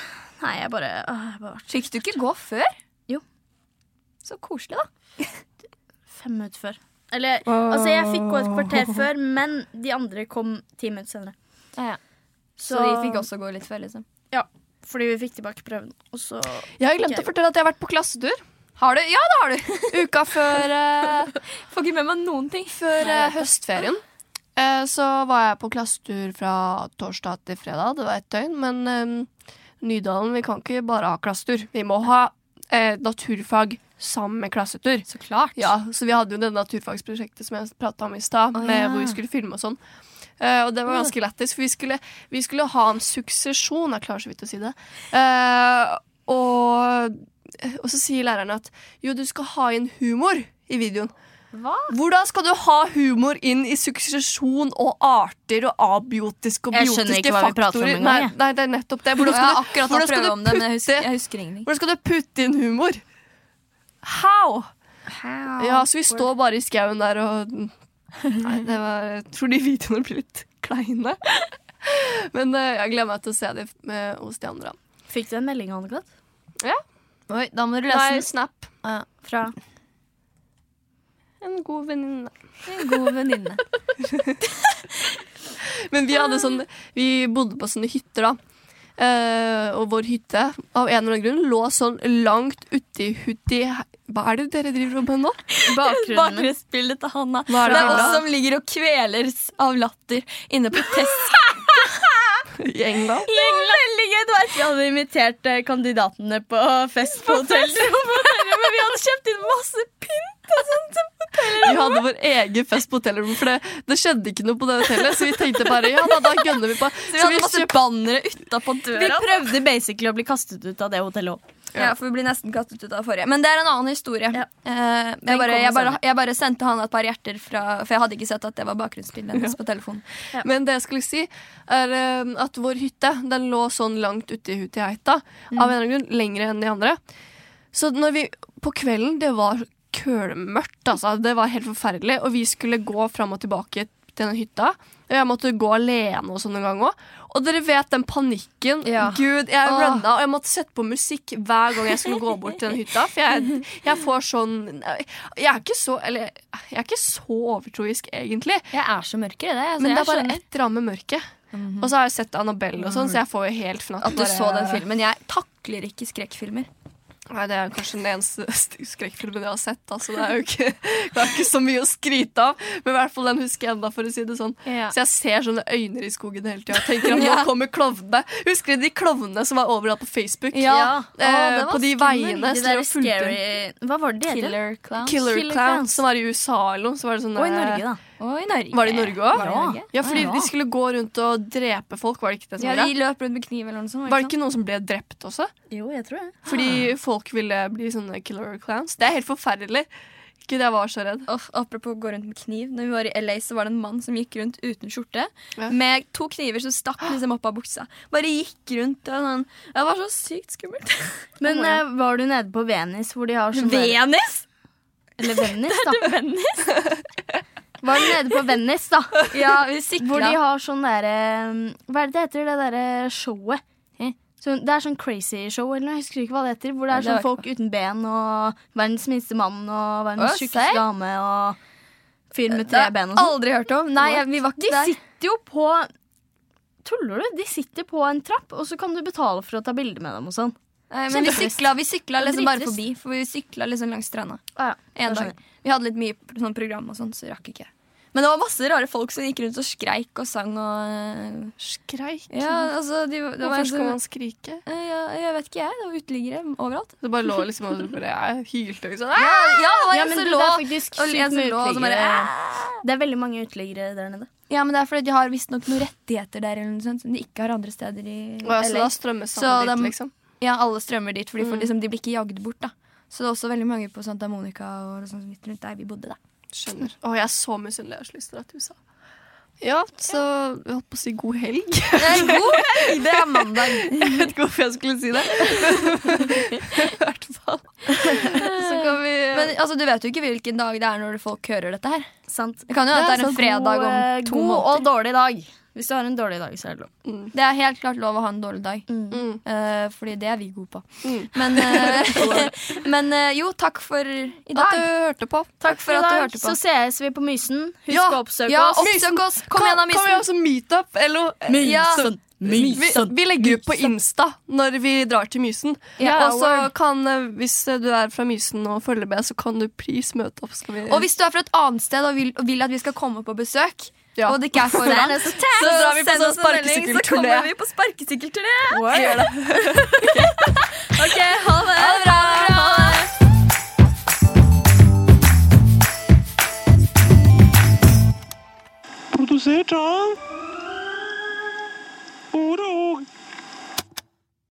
S2: Nei, jeg bare, åh, jeg bare vært
S1: Fikk du ikke gå før?
S2: Jo.
S1: Så koselig, da.
S2: fem minutter før. Eller, altså, jeg fikk gå et kvarter før, men de andre kom ti minutter senere.
S1: Så, vi fikk også gå litt før, liksom.
S2: Fordi vi fikk tilbake prøven. Og så
S3: Jeg har glemt å fortelle at jeg har vært på klassetur
S1: Har du? Ja, det har du!
S3: uka før, eh,
S1: Får ikke med meg noen ting.
S3: før eh, høstferien. Eh, så var jeg på klassetur fra torsdag til fredag. Det var ett døgn. Men eh, Nydalen, vi kan ikke bare ha klassetur. Vi må ha eh, naturfag sammen med klassetur.
S1: Så klart.
S3: Ja, så vi hadde jo det naturfagsprosjektet som jeg prata om i stad,
S1: Å,
S3: med
S1: ja.
S3: hvor vi skulle filme og sånn. Eh, og det var ganske lættis, for vi skulle, vi skulle ha en suksesjon. Jeg klarer så vidt å si det. Eh, og, og så sier læreren at jo, du skal ha inn humor i videoen.
S2: Hva?
S3: Hvordan skal du ha humor inn i suksesjon og arter og abiotiske og
S2: Jeg
S3: biotiske faktorer?
S2: skjønner ikke hva vi prater om engang,
S3: Nei,
S2: jeg.
S3: nei, det er nettopp det. Hvordan
S1: Jeg har
S3: skal du,
S1: akkurat
S3: hvordan
S1: hatt
S3: skal du
S1: prøve om det, men jeg
S3: putte-
S1: husker, jeg husker ingenting.
S3: hvordan skal du putte inn humor? How? Ja, så vi står bare i skauen der og Nei, det var Jeg tror de videoene blir litt kleine. Men eh, jeg gleder meg til å se dem med, hos de andre.
S2: Fikk du en melding, Anne-Kat?
S1: Oi, da må du lese
S3: Nei,
S1: den.
S3: Snap.
S1: Ja,
S2: Fra
S3: En god venninne.
S1: en god venninne.
S3: Men vi hadde sånn Vi bodde på sånne hytter, da. Eh, og vår hytte av en eller annen grunn lå sånn langt uti hutti Hva er det dere driver og med nå?
S2: bakgrunnen.
S1: Bakgrunnsbildet til Hanna.
S3: Hva er
S1: Det
S3: det
S1: er
S3: bildet
S1: oss
S3: av?
S1: som ligger og kveler s- av latter inne på test.
S3: I England?
S2: Det var veldig gøy. Det var etter vi hadde invitert eh, kandidatene på fest på hotellrommet. Men vi hadde kjøpt inn masse pynt og sånt.
S3: Vi hadde vår egen fest på hotellrommet, for det, det skjedde ikke noe på det hotellet. Så vi tenkte bare ja, da, da gønner vi på.
S1: Vi hadde masse bannere utapå
S2: Vi
S1: døra.
S2: prøvde basically å bli kastet ut av det hotellet òg.
S1: Ja, for vi blir nesten kastet ut av forrige. Men det er en annen historie.
S2: Ja.
S1: Eh, jeg,
S2: Den
S1: bare,
S2: kommer
S1: jeg, bare,
S2: senere.
S1: jeg bare sendte han et par hjerter fra For jeg hadde ikke sett at det var bakgrunnsbildet hennes på telefonen.
S3: Men det jeg skulle si, er eh, at vår hytte den lå sånn langt ute i huet i heita.
S1: Mm.
S3: Av en eller annen grunn lengre enn de andre. Så når vi, på kvelden det var kølmørkt, altså. Det var helt forferdelig. Og vi skulle gå fram og tilbake til den hytta. Og jeg måtte gå alene og sånn en gang òg. Og dere vet den panikken.
S1: Ja.
S3: Gud, jeg
S1: Åh.
S3: runna, og jeg måtte sette på musikk hver gang jeg skulle gå bort til den hytta. For jeg, jeg får sånn Jeg er ikke så Eller jeg er ikke så overtroisk, egentlig.
S1: Jeg er så mørkere, det.
S2: Altså,
S3: Men det er bare ett ramme mørke. Og så har jeg sett Annabelle og sånn, så jeg får jo helt fnatt.
S1: At du
S3: bare-
S1: så den filmen. Jeg takler ikke skrekkfilmer.
S3: Nei, det er kanskje den eneste st- skrekkfilmen jeg har sett. Altså, det er jo ikke, det er ikke så mye å skryte av, men i hvert fall den husker jeg enda, for å si det sånn.
S2: Ja.
S3: Så jeg ser sånne øyne i skogen hele tida og tenker at nå kommer klovnene. Husker dere de klovnene som var overalt på Facebook?
S1: Ja. Å,
S3: Eh,
S1: det var
S3: på de
S1: skummelt.
S3: veiene.
S2: De
S3: så
S2: der
S3: var fullt-
S2: scary Hva var det dere?
S1: Killer Clowns.
S3: Killer,
S2: Killer
S3: Clowns,
S2: Clowns.
S3: som var i USA eller noe. Så var det sånne,
S2: Og i Norge, da.
S1: Og i Norge.
S3: Var det i Norge òg?
S1: Var det i Norge?
S3: Ja, fordi
S2: Ja.
S3: de skulle gå rundt og drepe folk, var det ikke det som
S1: Ja,
S3: var
S1: de
S3: det?
S1: løp rundt med kniv eller noe sånt.
S3: Var det ikke noen som ble drept også?
S2: Jo, jeg tror det.
S3: Fordi folk ville bli sånne killer clowns. Det er helt forferdelig. Gud, jeg var så redd.
S1: Åh, apropos gå rundt med kniv. Når vi var i LA, så var det en mann som gikk rundt uten skjorte.
S3: Ja.
S1: Med to kniver som stakk liksom opp av buksa. Bare gikk rundt. Og sånn. Det var så sykt skummelt.
S2: Men eh, var du nede på Venice, hvor de har sånn der-
S1: Venus!
S2: Eller Venice, da. Var du nede på Venice, da?
S1: Ja, vi sikla.
S2: Hvor de har sånn derre Hva er det det heter, det derre showet? Så det er sånn crazy show, eller noe, jeg husker ikke hva det heter. Hvor det
S1: Nei,
S2: er
S1: det
S2: sånn
S1: var
S2: folk uten ben og verdens minste mann og
S1: Å,
S2: verdens tjukkeste
S1: serr?
S2: dame og fyr med
S1: det
S2: tre
S1: har jeg
S2: ben og sånn.
S1: aldri hørt om. Nei, jeg- vi var
S2: De
S1: ikke der.
S2: sitter jo på Tuller du? De sitter på en trapp, og så kan du betale for å ta bilde med dem og sånn.
S1: Nei, Eh, men vi
S2: Kjempetrist.
S1: sykla, vi sykla liksom bare
S2: Drittrist.
S1: forbi, for vi sykla liksom langs stranda.
S2: Ah,
S1: En dag. Vi hadde litt mye sånn program og sånn, så vi rakk ikke. Men det var masse rare folk som gikk rundt og skreik og sang og
S3: Skreik.
S1: Ja, altså, de, det var en
S3: Hvorfor skal
S1: som-
S3: man skrike?
S1: Eh, ja, jeg vet ikke jeg. Det var uteliggere overalt.
S3: Det bare lå liksom og bare jeg hylte. Liksom.
S1: Ja, ja, det var
S2: Ja,
S1: en
S2: men
S1: som
S2: det
S1: lå
S2: er faktisk
S1: og en
S2: sykt
S1: som
S2: med
S1: lå og så bare
S2: uteliggere. Det er veldig mange uteliggere der nede.
S1: Ja, men det er fordi de har visstnok noen rettigheter der eller noe sånt, som de ikke har andre steder i
S3: Og ja, så
S1: LA.
S3: da strømmes
S1: Så
S3: han dit,
S1: dem-
S3: liksom.
S1: Ja, alle strømmer dit, fordi for, liksom, de blir ikke jagd bort, da. Så det er også veldig mange på Santa Monica og sånn midt rundt der vi bodde, da.
S3: Skjønner. Å, jeg er så misunnelig. Jeg har så lyst til å dra til USA. Ja, så jeg holdt på å si god helg.
S1: God helg! Det er mandag.
S3: Jeg vet ikke hvorfor jeg skulle si det. I hvert fall. Så kan vi
S1: Men altså, du vet jo ikke hvilken dag det er når folk hører dette her.
S2: Sant.
S1: Det kan jo hende det er
S2: så
S1: en fredag
S2: god, eh,
S1: om to
S2: god og
S1: måneder.
S2: dårlig dag. Hvis du har en dårlig dag, så er det lov.
S1: Det er helt klart lov å ha en dårlig dag.
S3: mm,
S1: Eh, fordi det er vi gode på.
S3: Mm.
S1: Men, eh, men eh, jo, takk for i dag.
S3: At du hørte på.
S1: Takk for
S2: I
S1: at du
S2: dag
S1: hørte på.
S2: Så sees vi på Mysen. Husk
S3: Ja,
S2: å oppsøke
S1: Ja,
S2: oss.
S1: oppsøk oss! Kom igjen, da,
S3: Kan vi ha
S1: Mysen.
S3: sånn meetup? Eller,
S1: Ja.
S3: Vi, vi legger ut på Insta når vi drar til Mysen.
S1: Ja,
S3: og så kan, eh, hvis du er fra Mysen og følger med, så kan du please møte opp. Skal vi
S1: Og hvis du er fra et annet sted og vil, og vil at vi skal komme på besøk,
S3: Ja.
S1: og det ikke er for
S2: Nei,
S1: langt,
S2: det er så
S1: så
S3: drar vi på
S1: send
S3: sånn
S1: oss en melding, Så
S3: sparkesykkelturné.
S1: kommer vi på sparkesykkelturné!
S3: Gjør det.